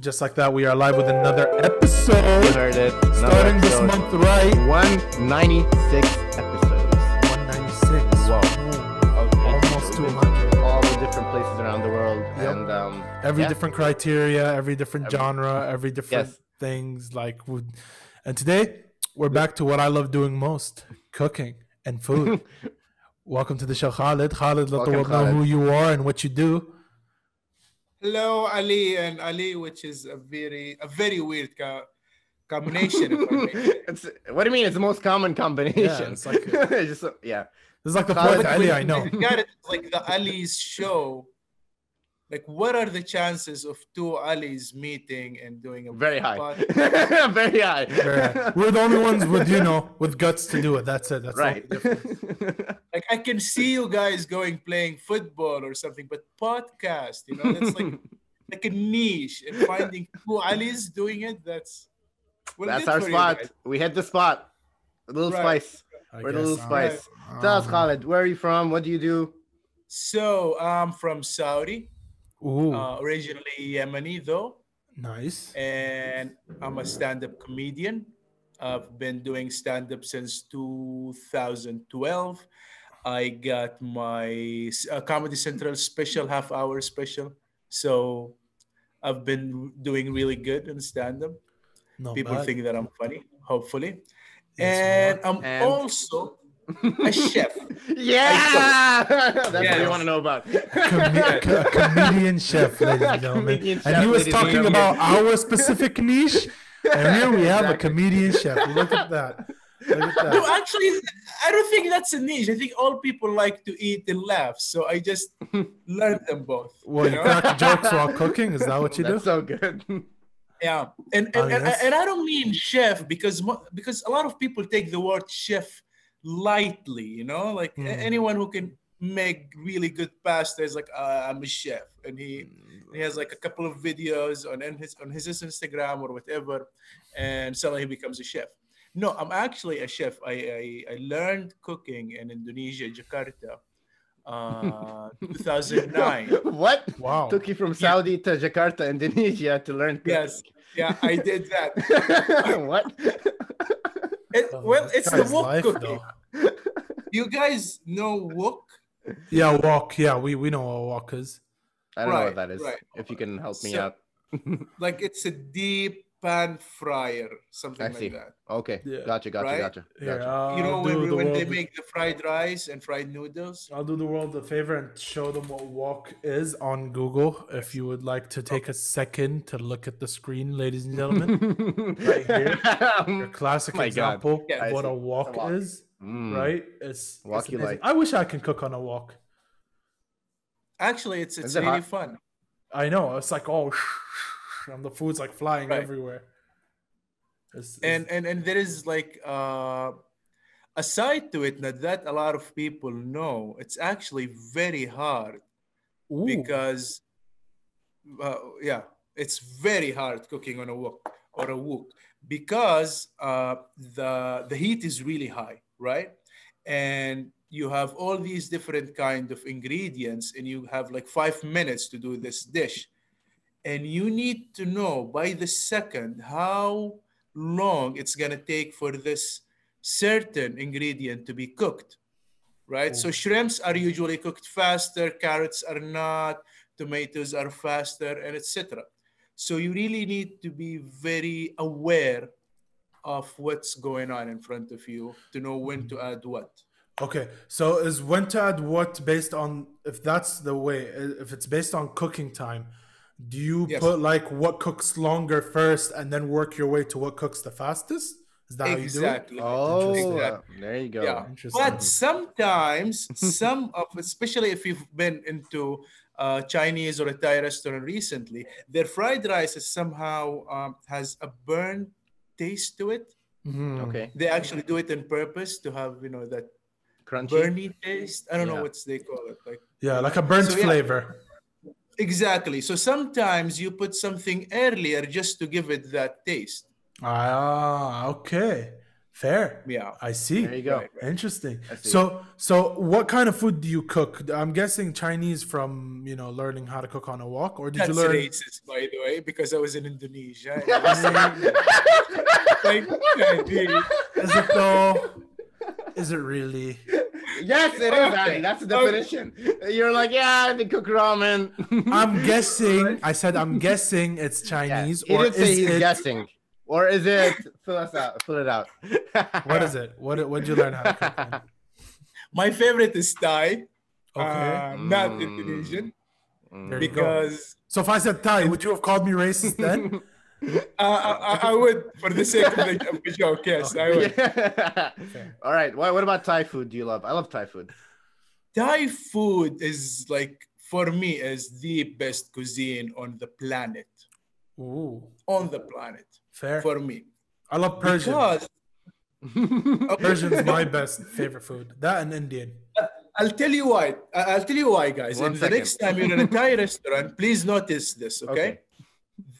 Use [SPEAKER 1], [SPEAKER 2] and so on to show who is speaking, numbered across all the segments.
[SPEAKER 1] Just like that, we are live with another episode.
[SPEAKER 2] You heard it. Another
[SPEAKER 1] Starting this
[SPEAKER 2] episode.
[SPEAKER 1] month right.
[SPEAKER 2] 196 episodes.
[SPEAKER 1] 196.
[SPEAKER 2] Wow. Of
[SPEAKER 1] Almost
[SPEAKER 2] episodes
[SPEAKER 1] 200.
[SPEAKER 2] in All the different places around the world.
[SPEAKER 1] Yep.
[SPEAKER 2] And um,
[SPEAKER 1] Every
[SPEAKER 2] yeah.
[SPEAKER 1] different criteria, every different
[SPEAKER 2] Every-
[SPEAKER 1] genre, every different
[SPEAKER 2] Yes.
[SPEAKER 1] things. Like, would, and today we're back to what I love doing most: cooking and food. Welcome to the show, Khalid. Khalid, let
[SPEAKER 2] Welcome,
[SPEAKER 1] the world know
[SPEAKER 2] Khalid.
[SPEAKER 1] who you are and what you do.
[SPEAKER 3] Hello, Ali and Ali, which is a very a very weird co- combination. if I may.
[SPEAKER 2] it's, what do you mean? It's the most common combination.
[SPEAKER 1] it's like a-
[SPEAKER 2] Just so- yeah.
[SPEAKER 1] This is like the
[SPEAKER 2] Khalid,
[SPEAKER 1] perfect Ali I know.
[SPEAKER 3] You Got it. It's Like the Ali's show. Like, what are the chances of two Ali's meeting and doing a
[SPEAKER 2] Very high.
[SPEAKER 3] pod-
[SPEAKER 2] Very high.
[SPEAKER 1] Yeah. We're the only ones with you know with guts to do it. That's it. That's all.
[SPEAKER 2] Right.
[SPEAKER 3] Like, I can see you guys going playing football or something, but podcast, you know, that's like like a niche. And finding two Ali's doing it, that's well,
[SPEAKER 2] That's
[SPEAKER 3] good
[SPEAKER 2] our
[SPEAKER 3] for you
[SPEAKER 2] spot.
[SPEAKER 3] guys.
[SPEAKER 2] We hit the spot. A little
[SPEAKER 3] Right.
[SPEAKER 2] spice.
[SPEAKER 1] I
[SPEAKER 2] We're a
[SPEAKER 1] guess, Um,
[SPEAKER 2] little
[SPEAKER 1] uh,
[SPEAKER 2] spice.
[SPEAKER 1] I
[SPEAKER 2] Tell us,
[SPEAKER 1] don't know.
[SPEAKER 2] Khalid, where are you from? What do you do?
[SPEAKER 3] So I'm from Saudi,
[SPEAKER 1] Ooh,
[SPEAKER 3] uh, originally Yemeni though.
[SPEAKER 1] nice.
[SPEAKER 3] and I'm a stand-up comedian. I've been doing stand-up since 2012. I got my uh, Comedy Central special, half-hour special. So I've been doing really good in stand-up.
[SPEAKER 1] Not
[SPEAKER 3] People
[SPEAKER 1] bad.
[SPEAKER 3] think that I'm funny, hopefully.
[SPEAKER 1] Yes,
[SPEAKER 3] and I'm
[SPEAKER 2] And-
[SPEAKER 3] also a chef.
[SPEAKER 2] Yeah, that's what we
[SPEAKER 3] Yes.
[SPEAKER 2] want to know about.
[SPEAKER 1] Comed- co- a comedian chef, ladies and
[SPEAKER 2] Comedian
[SPEAKER 1] gentlemen.
[SPEAKER 2] chef,
[SPEAKER 1] And he was
[SPEAKER 2] ladies and
[SPEAKER 1] talking
[SPEAKER 2] gentlemen.
[SPEAKER 1] about our specific niche, and here we have a
[SPEAKER 2] Exactly.
[SPEAKER 1] comedian chef. Look at that. Look at
[SPEAKER 3] No,
[SPEAKER 1] that.
[SPEAKER 3] actually, I don't think that's a niche. I think all people like to eat and laugh. So I just learned them both.
[SPEAKER 1] Well, you
[SPEAKER 3] know?
[SPEAKER 1] crack jokes while cooking. Is that what you do?
[SPEAKER 2] That's so good.
[SPEAKER 3] Yeah, and and,
[SPEAKER 1] Oh,
[SPEAKER 3] and,
[SPEAKER 1] yes.
[SPEAKER 3] and I don't mean chef because mo- because a lot of people take the word chef lightly, you know, like a-
[SPEAKER 1] Mm.
[SPEAKER 3] anyone who can make really good pasta is like uh, I'm a chef, and he
[SPEAKER 1] Hmm.
[SPEAKER 3] he has like a couple of videos on in his on his Instagram or whatever, and suddenly he becomes a chef. No, I'm actually a chef. I I, I learned cooking in Indonesia, Jakarta, uh, 2009.
[SPEAKER 2] What?
[SPEAKER 1] Wow.
[SPEAKER 2] Took you from Saudi to Jakarta, Indonesia to learn. cooking.
[SPEAKER 3] yes, yeah, I did that.
[SPEAKER 2] what?
[SPEAKER 3] It,
[SPEAKER 1] Oh,
[SPEAKER 3] well,
[SPEAKER 1] this
[SPEAKER 3] it's the
[SPEAKER 1] guy's
[SPEAKER 3] wok
[SPEAKER 1] life,
[SPEAKER 3] cooking.
[SPEAKER 1] though.
[SPEAKER 3] you guys know wok
[SPEAKER 1] Yeah, walk. Yeah, we, we know what walk is.
[SPEAKER 2] I don't know what
[SPEAKER 3] Right,
[SPEAKER 2] that is.
[SPEAKER 3] right.
[SPEAKER 2] If you can help me
[SPEAKER 3] So-
[SPEAKER 2] out.
[SPEAKER 3] like it's a deep pan fryer
[SPEAKER 2] I
[SPEAKER 3] something like
[SPEAKER 2] see.
[SPEAKER 3] that
[SPEAKER 2] Okay.
[SPEAKER 1] Yeah.
[SPEAKER 2] Gotcha. Gotcha.
[SPEAKER 3] Right?
[SPEAKER 2] Gotcha.
[SPEAKER 1] Here,
[SPEAKER 2] Gotcha.
[SPEAKER 1] I'll
[SPEAKER 3] you know
[SPEAKER 1] do
[SPEAKER 3] when,
[SPEAKER 1] Uh, the
[SPEAKER 3] when they
[SPEAKER 1] world-
[SPEAKER 3] make the fried rice and fried noodles
[SPEAKER 1] I'll do the world a favor and show them what walk is on Google. If you would like to take a second to look at the screen, ladies and gentlemen, um, Right here. your classic
[SPEAKER 2] Oh my God.
[SPEAKER 1] example
[SPEAKER 3] Yeah,
[SPEAKER 1] of
[SPEAKER 2] I
[SPEAKER 1] what
[SPEAKER 2] see.
[SPEAKER 1] a walk
[SPEAKER 2] It's a wok.
[SPEAKER 1] is,
[SPEAKER 2] Mm.
[SPEAKER 1] right? It's it's
[SPEAKER 2] Wok you
[SPEAKER 1] amazing.
[SPEAKER 2] like.
[SPEAKER 1] I wish I can cook on a walk.
[SPEAKER 3] actually it's it's
[SPEAKER 2] Is it
[SPEAKER 3] really
[SPEAKER 2] hot?
[SPEAKER 3] fun
[SPEAKER 1] I know. It's like oh, and the food's like flying
[SPEAKER 3] Right.
[SPEAKER 1] everywhere. It's- it's-
[SPEAKER 3] and and and there is like uh a side to it not that a lot of people know it's actually very hard
[SPEAKER 1] ooh,
[SPEAKER 3] because uh, yeah it's very hard cooking on a wok or a wok because uh, the the heat is really high right and you have all these different kind of ingredients and you have like five minutes to do this dish and you need to know by the second how long it's going to take for this certain ingredient to be cooked right
[SPEAKER 1] Mm.
[SPEAKER 3] so shrimps are usually cooked faster carrots are not tomatoes are faster and etc so you really need to be very aware of what's going on in front of you to know when
[SPEAKER 1] Mm-hmm.
[SPEAKER 3] to add what
[SPEAKER 1] okay. So is when to add what based on if that's the way i- if it's based on cooking time. Do you
[SPEAKER 3] Yes.
[SPEAKER 1] put like what cooks longer first and then work your way to what cooks the fastest? Is that how you do it?
[SPEAKER 3] exactly
[SPEAKER 2] Oh,
[SPEAKER 3] Exactly.
[SPEAKER 2] there you go.
[SPEAKER 3] Yeah.
[SPEAKER 1] Interesting.
[SPEAKER 3] But sometimes, some of, especially if you've been into uh, Chinese or a Thai restaurant recently, their fried rice is somehow um, has a burn taste to it.
[SPEAKER 1] Mhm.
[SPEAKER 2] Okay.
[SPEAKER 3] They actually do it on purpose to have you know that
[SPEAKER 2] Crunchy.
[SPEAKER 3] burny taste. I don't
[SPEAKER 2] Yeah.
[SPEAKER 3] know what they call it. Like
[SPEAKER 1] Yeah, like a burnt
[SPEAKER 3] So, yeah.
[SPEAKER 1] flavor.
[SPEAKER 3] exactly. So sometimes you put something earlier just to give it that taste.
[SPEAKER 1] Ah, okay. Fair.
[SPEAKER 3] Yeah.
[SPEAKER 1] I see.
[SPEAKER 2] There you go.
[SPEAKER 3] Right,
[SPEAKER 1] Interesting.
[SPEAKER 2] I see.
[SPEAKER 1] So, so what kind of food do you cook? I'm guessing Chinese from you know learning how to cook on a walk, or did
[SPEAKER 3] That's
[SPEAKER 1] you learn?
[SPEAKER 3] racist, by the way, because I was in Indonesia. and I was like, "Yeah, dude."
[SPEAKER 1] Is it though? Is it really?
[SPEAKER 2] yes, it is. Ali. That's the
[SPEAKER 3] Okay.
[SPEAKER 2] definition. You're like, yeah, they cook ramen.
[SPEAKER 1] I'm guessing. I said I'm guessing it's Chinese,
[SPEAKER 2] He
[SPEAKER 1] or
[SPEAKER 2] did
[SPEAKER 1] is
[SPEAKER 2] say he's
[SPEAKER 1] it?
[SPEAKER 2] guessing. Or is it? Fill us out. Fill it out.
[SPEAKER 1] What is it? What what did you learn how to cook? man?
[SPEAKER 3] My favorite is Thai,
[SPEAKER 1] Okay.
[SPEAKER 3] uh, not
[SPEAKER 2] Mm.
[SPEAKER 3] Indonesian,
[SPEAKER 1] There you go.
[SPEAKER 3] because
[SPEAKER 1] so if I said Thai, would you have called me racist then?
[SPEAKER 3] uh, I, I- I would, for the sake of the, of the joke, yes, I would.
[SPEAKER 2] Yeah. All right. What, what about Thai food? Do you love? I love Thai food.
[SPEAKER 3] Thai food is like, for me, is the best cuisine on the planet.
[SPEAKER 1] Ooh,
[SPEAKER 3] On the planet,
[SPEAKER 1] fair.
[SPEAKER 3] for me.
[SPEAKER 1] I love Persian.
[SPEAKER 3] Because
[SPEAKER 1] Persian's my best favorite food. That and Indian.
[SPEAKER 3] I'll tell you why. I- I'll tell you why, guys.
[SPEAKER 2] One
[SPEAKER 3] and
[SPEAKER 2] second.
[SPEAKER 3] the next time you're in a Thai restaurant, please notice this, okay?
[SPEAKER 2] Okay.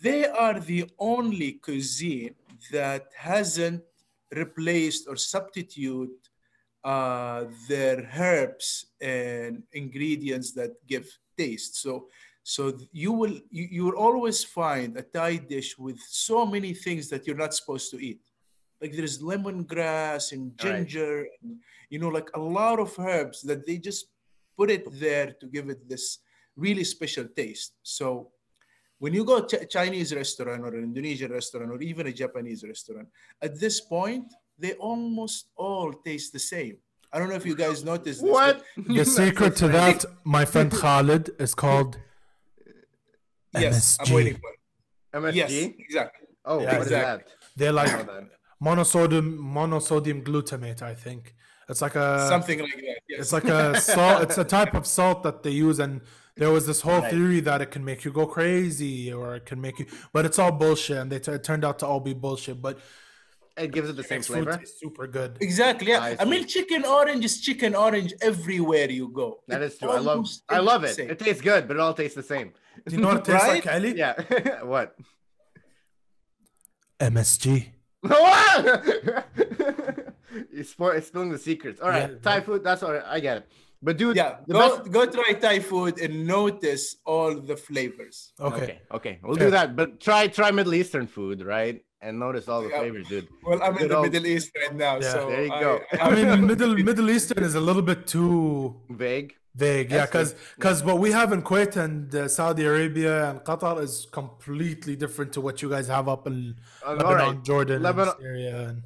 [SPEAKER 3] They are the only cuisine that hasn't replaced or substitute uh, their herbs and ingredients that give taste. So, so you will you, you will always find a Thai dish with so many things that you're not supposed to eat. Like there's lemongrass and
[SPEAKER 2] Right.
[SPEAKER 3] ginger, and, you know, like a lot of herbs that they just put it there to give it this really special taste. So when you go to a Chinese restaurant or an Indonesian restaurant or even a Japanese restaurant, at this point, they almost all taste the same. I don't know if you guys noticed this.
[SPEAKER 2] what?
[SPEAKER 1] The secret to that, my friend Khalid, is called
[SPEAKER 3] but- yes, I'm
[SPEAKER 1] MSG.
[SPEAKER 3] waiting for it.
[SPEAKER 2] MSG.
[SPEAKER 3] Yes, exactly.
[SPEAKER 2] Oh,
[SPEAKER 1] Yeah,
[SPEAKER 2] what is
[SPEAKER 3] exactly.
[SPEAKER 2] that?
[SPEAKER 1] they're
[SPEAKER 2] Oh,
[SPEAKER 1] like
[SPEAKER 2] that-
[SPEAKER 1] monosodium monosodium glutamate. I think it's like
[SPEAKER 2] Uh,
[SPEAKER 1] a
[SPEAKER 3] Something like that. Yes.
[SPEAKER 1] it's like a salt. It's a type of salt that they use, and there was this whole
[SPEAKER 2] Right.
[SPEAKER 1] theory that it can make you go crazy or it can make you, but it's all bullshit, and they t- it turned out to all be bullshit. But
[SPEAKER 2] It gives it the same
[SPEAKER 1] it's food
[SPEAKER 2] flavor.
[SPEAKER 1] tastes super good.
[SPEAKER 3] Exactly. Yeah.
[SPEAKER 2] I
[SPEAKER 3] I, mean, chicken orange is chicken orange everywhere you go.
[SPEAKER 2] That
[SPEAKER 3] It
[SPEAKER 2] is true. I love.
[SPEAKER 3] almost
[SPEAKER 2] I love it.
[SPEAKER 3] tastes the same.
[SPEAKER 2] It tastes good, but it all tastes the same.
[SPEAKER 1] Do you know what it tastes
[SPEAKER 3] Right?
[SPEAKER 1] like, Ali?
[SPEAKER 2] Yeah. what?
[SPEAKER 1] MSG.
[SPEAKER 2] You're spo- it's spilling the secrets. All right,
[SPEAKER 1] Yeah.
[SPEAKER 2] Thai food. That's all. Right. I get it. But dude,
[SPEAKER 3] Yeah.
[SPEAKER 2] the
[SPEAKER 3] Go,
[SPEAKER 2] best.
[SPEAKER 3] go try Thai food and notice all the flavors.
[SPEAKER 1] Okay.
[SPEAKER 2] Okay, okay, we'll
[SPEAKER 1] Fair.
[SPEAKER 2] do that. But try try Middle Eastern food, right? And notice all the
[SPEAKER 3] Yeah.
[SPEAKER 2] flavors, dude.
[SPEAKER 3] Well, I'm in
[SPEAKER 2] Good
[SPEAKER 3] the
[SPEAKER 2] old-
[SPEAKER 3] Middle East right now.
[SPEAKER 1] Yeah.
[SPEAKER 3] so
[SPEAKER 2] There you
[SPEAKER 3] I-
[SPEAKER 2] go.
[SPEAKER 1] I mean, Middle Middle Eastern is a little bit too
[SPEAKER 2] Vague.
[SPEAKER 1] Vague, yeah,
[SPEAKER 2] That's
[SPEAKER 1] because because what we have in Kuwait and uh, Saudi Arabia and Qatar is completely different to what you guys have up in
[SPEAKER 2] Uh,
[SPEAKER 1] Lebanon,
[SPEAKER 2] all right.
[SPEAKER 1] Jordan,
[SPEAKER 2] Lebanon-
[SPEAKER 1] and Syria. And,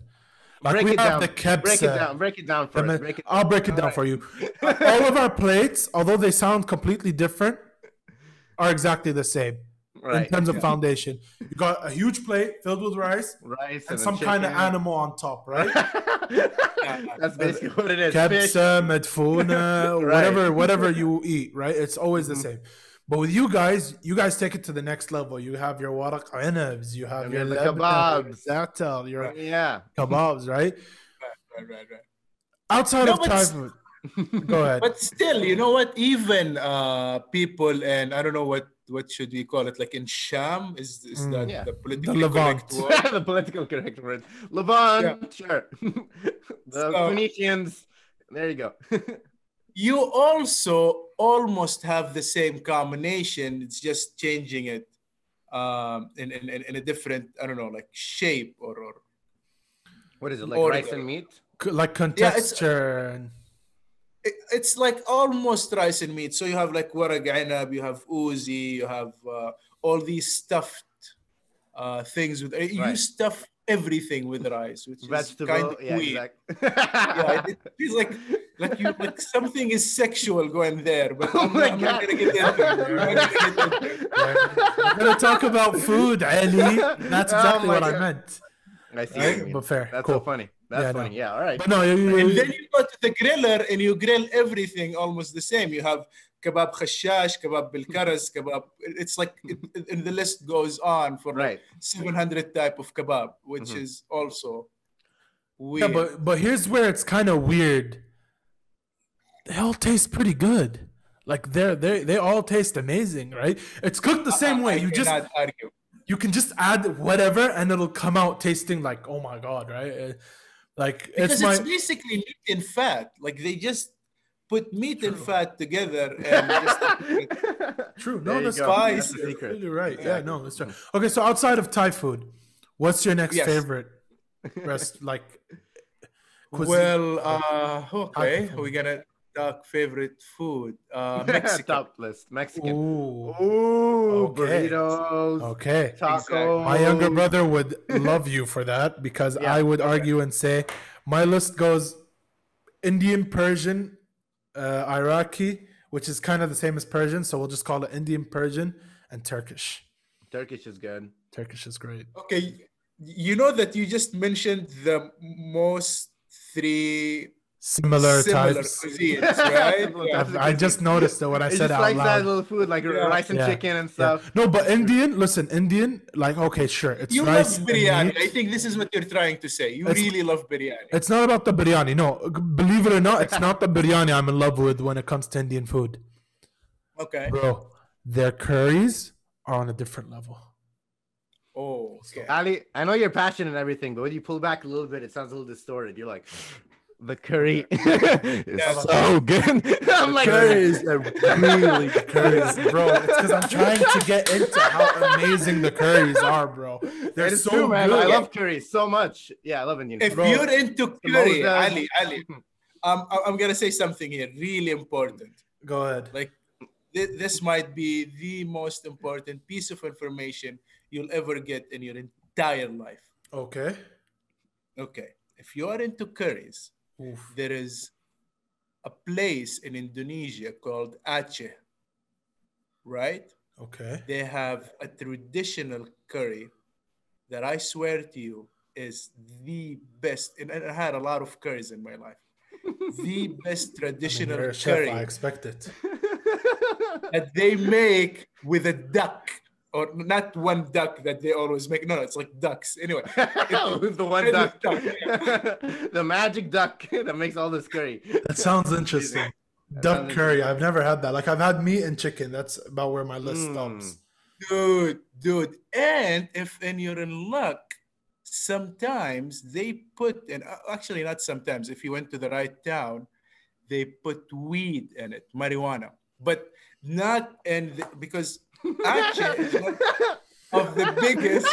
[SPEAKER 1] like
[SPEAKER 2] break
[SPEAKER 1] we
[SPEAKER 2] it
[SPEAKER 1] have
[SPEAKER 2] down.
[SPEAKER 1] the kebs.
[SPEAKER 2] break it down. Break it down for us. Break it.
[SPEAKER 1] I'll break it down for you. All of our plates, although they sound completely different, are exactly the same in
[SPEAKER 2] Right.
[SPEAKER 1] terms of foundation. You got a huge plate filled with rice
[SPEAKER 2] Rice
[SPEAKER 1] and some kind of animal on top, right?
[SPEAKER 2] animal. That's basically what it is. Fish.
[SPEAKER 1] كبسة مدفونة
[SPEAKER 2] Right. Mm-hmm.
[SPEAKER 1] whatever whatever you eat right it's always the same but with you guys you guys take it to the next level you have your warak anabs you have
[SPEAKER 2] And
[SPEAKER 1] your
[SPEAKER 2] then the
[SPEAKER 1] labneh, your
[SPEAKER 2] kebabs.
[SPEAKER 1] zatel, your
[SPEAKER 2] Yeah.
[SPEAKER 1] kebabs right
[SPEAKER 3] Right, right, right.
[SPEAKER 1] outside
[SPEAKER 3] No,
[SPEAKER 1] of
[SPEAKER 3] but
[SPEAKER 1] Thai
[SPEAKER 3] s-
[SPEAKER 1] food go ahead
[SPEAKER 3] But still, you know what? Even uh, people and I don't know what what should we call it? Like in Sham is is
[SPEAKER 1] Mm.
[SPEAKER 3] that
[SPEAKER 2] Yeah.
[SPEAKER 3] the politically
[SPEAKER 1] Levant.
[SPEAKER 3] correct word?
[SPEAKER 2] the political correct word. Levant. Sure. the
[SPEAKER 3] So-
[SPEAKER 2] Phoenicians. There you go.
[SPEAKER 3] You also almost have the same combination. It's just changing it um, in, in in in a different I don't know like shape or or
[SPEAKER 2] what is it like?
[SPEAKER 3] Or-
[SPEAKER 2] rice and meat.
[SPEAKER 1] C- like contexture and
[SPEAKER 3] it- it's like almost rice and meat. So you have like warag inab, you have uzi, you have uh, all these stuffed uh, things with you
[SPEAKER 2] Right.
[SPEAKER 3] stuff everything with rice, which
[SPEAKER 2] Vegetable.
[SPEAKER 3] is kind of
[SPEAKER 2] yeah.
[SPEAKER 3] weird.
[SPEAKER 2] Exactly.
[SPEAKER 3] Yeah, it it feels like like you like something is sexual going there, but
[SPEAKER 2] Oh
[SPEAKER 3] I'm,
[SPEAKER 2] my
[SPEAKER 3] not- I'm not
[SPEAKER 2] God.
[SPEAKER 3] gonna get into it. I'm not gonna get into it.
[SPEAKER 1] we're gonna talk about food Ali that's
[SPEAKER 2] Oh
[SPEAKER 1] exactly
[SPEAKER 2] my
[SPEAKER 1] what I
[SPEAKER 2] God.
[SPEAKER 1] meant
[SPEAKER 2] I see. what you
[SPEAKER 1] right?
[SPEAKER 2] mean.
[SPEAKER 1] but fair
[SPEAKER 2] That's
[SPEAKER 1] cool
[SPEAKER 2] so funny. That's
[SPEAKER 1] Yeah, I know.
[SPEAKER 2] funny. Yeah. All right.
[SPEAKER 1] but no you, you,
[SPEAKER 3] And
[SPEAKER 1] you-
[SPEAKER 3] then you go to the griller and you grill everything almost the same. You have kebab khashash, kebab bilkaras, kebab. It's like, it, it- and the list goes on for
[SPEAKER 2] Right.
[SPEAKER 3] 700 type of kebab, which
[SPEAKER 2] Mhm.
[SPEAKER 3] is also
[SPEAKER 1] Mm-hmm. yeah
[SPEAKER 3] weird.
[SPEAKER 1] but but here's where it's kind of weird they all taste pretty good like they're they they all taste amazing right it's cooked the same
[SPEAKER 3] I-
[SPEAKER 1] way
[SPEAKER 3] I
[SPEAKER 1] you just
[SPEAKER 3] cannot argue.
[SPEAKER 1] you can just add whatever and it'll come out tasting like oh my god right Uh, Like
[SPEAKER 3] because
[SPEAKER 1] it's
[SPEAKER 3] it's,
[SPEAKER 1] my
[SPEAKER 3] basically meat and fat. Like they just put meat and fat together and just
[SPEAKER 1] true.
[SPEAKER 2] There
[SPEAKER 1] No,
[SPEAKER 2] you
[SPEAKER 1] that's
[SPEAKER 2] go.
[SPEAKER 1] fine.
[SPEAKER 2] That's the
[SPEAKER 1] You're
[SPEAKER 2] secret.
[SPEAKER 1] completely right. Yeah,
[SPEAKER 3] Exactly.
[SPEAKER 1] no, that's right. Okay, so outside of Thai food, what's your next
[SPEAKER 3] Yes.
[SPEAKER 1] favorite rest like cuisine?
[SPEAKER 3] well, uh, okay,
[SPEAKER 1] food.
[SPEAKER 3] we're gonna talk favorite food. Uh, Mexican.
[SPEAKER 2] Top list Mexican.
[SPEAKER 1] Ooh.
[SPEAKER 2] Ooh,
[SPEAKER 1] Okay.
[SPEAKER 2] burritos,
[SPEAKER 1] Okay.
[SPEAKER 2] tacos.
[SPEAKER 1] My younger brother would love you for that because
[SPEAKER 2] Yeah,
[SPEAKER 1] I would argue and say my list goes Indian, Persian, uh, Iraqi, which is kind of the same as Persian, so we'll just call it Indian, Persian, and Turkish.
[SPEAKER 2] Turkish is good.
[SPEAKER 1] Turkish is great.
[SPEAKER 3] okay, you know that you just mentioned the most three
[SPEAKER 1] Similar,
[SPEAKER 3] similar
[SPEAKER 1] types.
[SPEAKER 3] cuisines, right?
[SPEAKER 2] Similar
[SPEAKER 3] Yeah.
[SPEAKER 2] types.
[SPEAKER 1] I just noticed it when I
[SPEAKER 2] It's
[SPEAKER 1] said it
[SPEAKER 2] just
[SPEAKER 1] out
[SPEAKER 2] like
[SPEAKER 1] loud.
[SPEAKER 2] that little food, like
[SPEAKER 3] Yeah.
[SPEAKER 2] rice and
[SPEAKER 1] Yeah.
[SPEAKER 2] chicken and
[SPEAKER 1] Yeah.
[SPEAKER 2] stuff.
[SPEAKER 1] No, but Indian, listen, Indian, like okay, sure, it's
[SPEAKER 3] You
[SPEAKER 1] rice.
[SPEAKER 3] love
[SPEAKER 1] and
[SPEAKER 3] biryani.
[SPEAKER 1] meat.
[SPEAKER 3] I think this is what you're trying to say. You
[SPEAKER 1] It's-
[SPEAKER 3] really love biryani.
[SPEAKER 1] It's not about the biryani. No, g- believe it or not, it's not the biryani I'm in love with when it comes to Indian food,
[SPEAKER 3] Okay.
[SPEAKER 1] bro. Their curries are on a different level.
[SPEAKER 3] Oh, okay.
[SPEAKER 2] Ali, I know you're passionate and everything, but when you pull back a little bit, it sounds a little distorted. You're like, the curry is
[SPEAKER 3] Yeah.
[SPEAKER 2] so good. I'm like,
[SPEAKER 1] curries
[SPEAKER 2] are really
[SPEAKER 1] Curries, bro. It's because I'm trying to get into how amazing the curries are, bro. They're
[SPEAKER 2] It's
[SPEAKER 1] so
[SPEAKER 2] true, man.
[SPEAKER 1] good.
[SPEAKER 2] I love curry so much. Yeah, I love Indian.
[SPEAKER 3] If
[SPEAKER 2] food.
[SPEAKER 1] Bro.
[SPEAKER 3] you're into curry,
[SPEAKER 2] Samosa.
[SPEAKER 3] Ali, Ali, um, I- I'm gonna say something here, really important.
[SPEAKER 1] Go ahead.
[SPEAKER 3] Like, thi- this might be the most important piece of information you'll ever get in your entire life.
[SPEAKER 1] Okay.
[SPEAKER 3] Okay, if you are into curries,
[SPEAKER 1] Oof.
[SPEAKER 3] there is a place in Indonesia called Aceh, right?
[SPEAKER 1] Okay.
[SPEAKER 3] They have a traditional curry that I swear to you is the best. And I had a lot of curries in my life. the best traditional
[SPEAKER 1] You're a chef, I
[SPEAKER 3] curry
[SPEAKER 1] expect it.
[SPEAKER 3] that they make with a duck, or not one duck that they always make. No, no, it's like ducks. Anyway,
[SPEAKER 2] With the one
[SPEAKER 3] Curry
[SPEAKER 2] duck,
[SPEAKER 3] duck.
[SPEAKER 2] the magic duck that makes all this curry.
[SPEAKER 1] That sounds interesting. Duck
[SPEAKER 2] sounds
[SPEAKER 1] curry. I've never had that. Like I've had meat and chicken. That's about where my list stops.
[SPEAKER 2] Mm.
[SPEAKER 3] dude, dude. And if and you're in luck, sometimes they put and uh, actually not sometimes. If you went to the right town, they put weed in it, marijuana, but not and because Aceh is one of the biggest.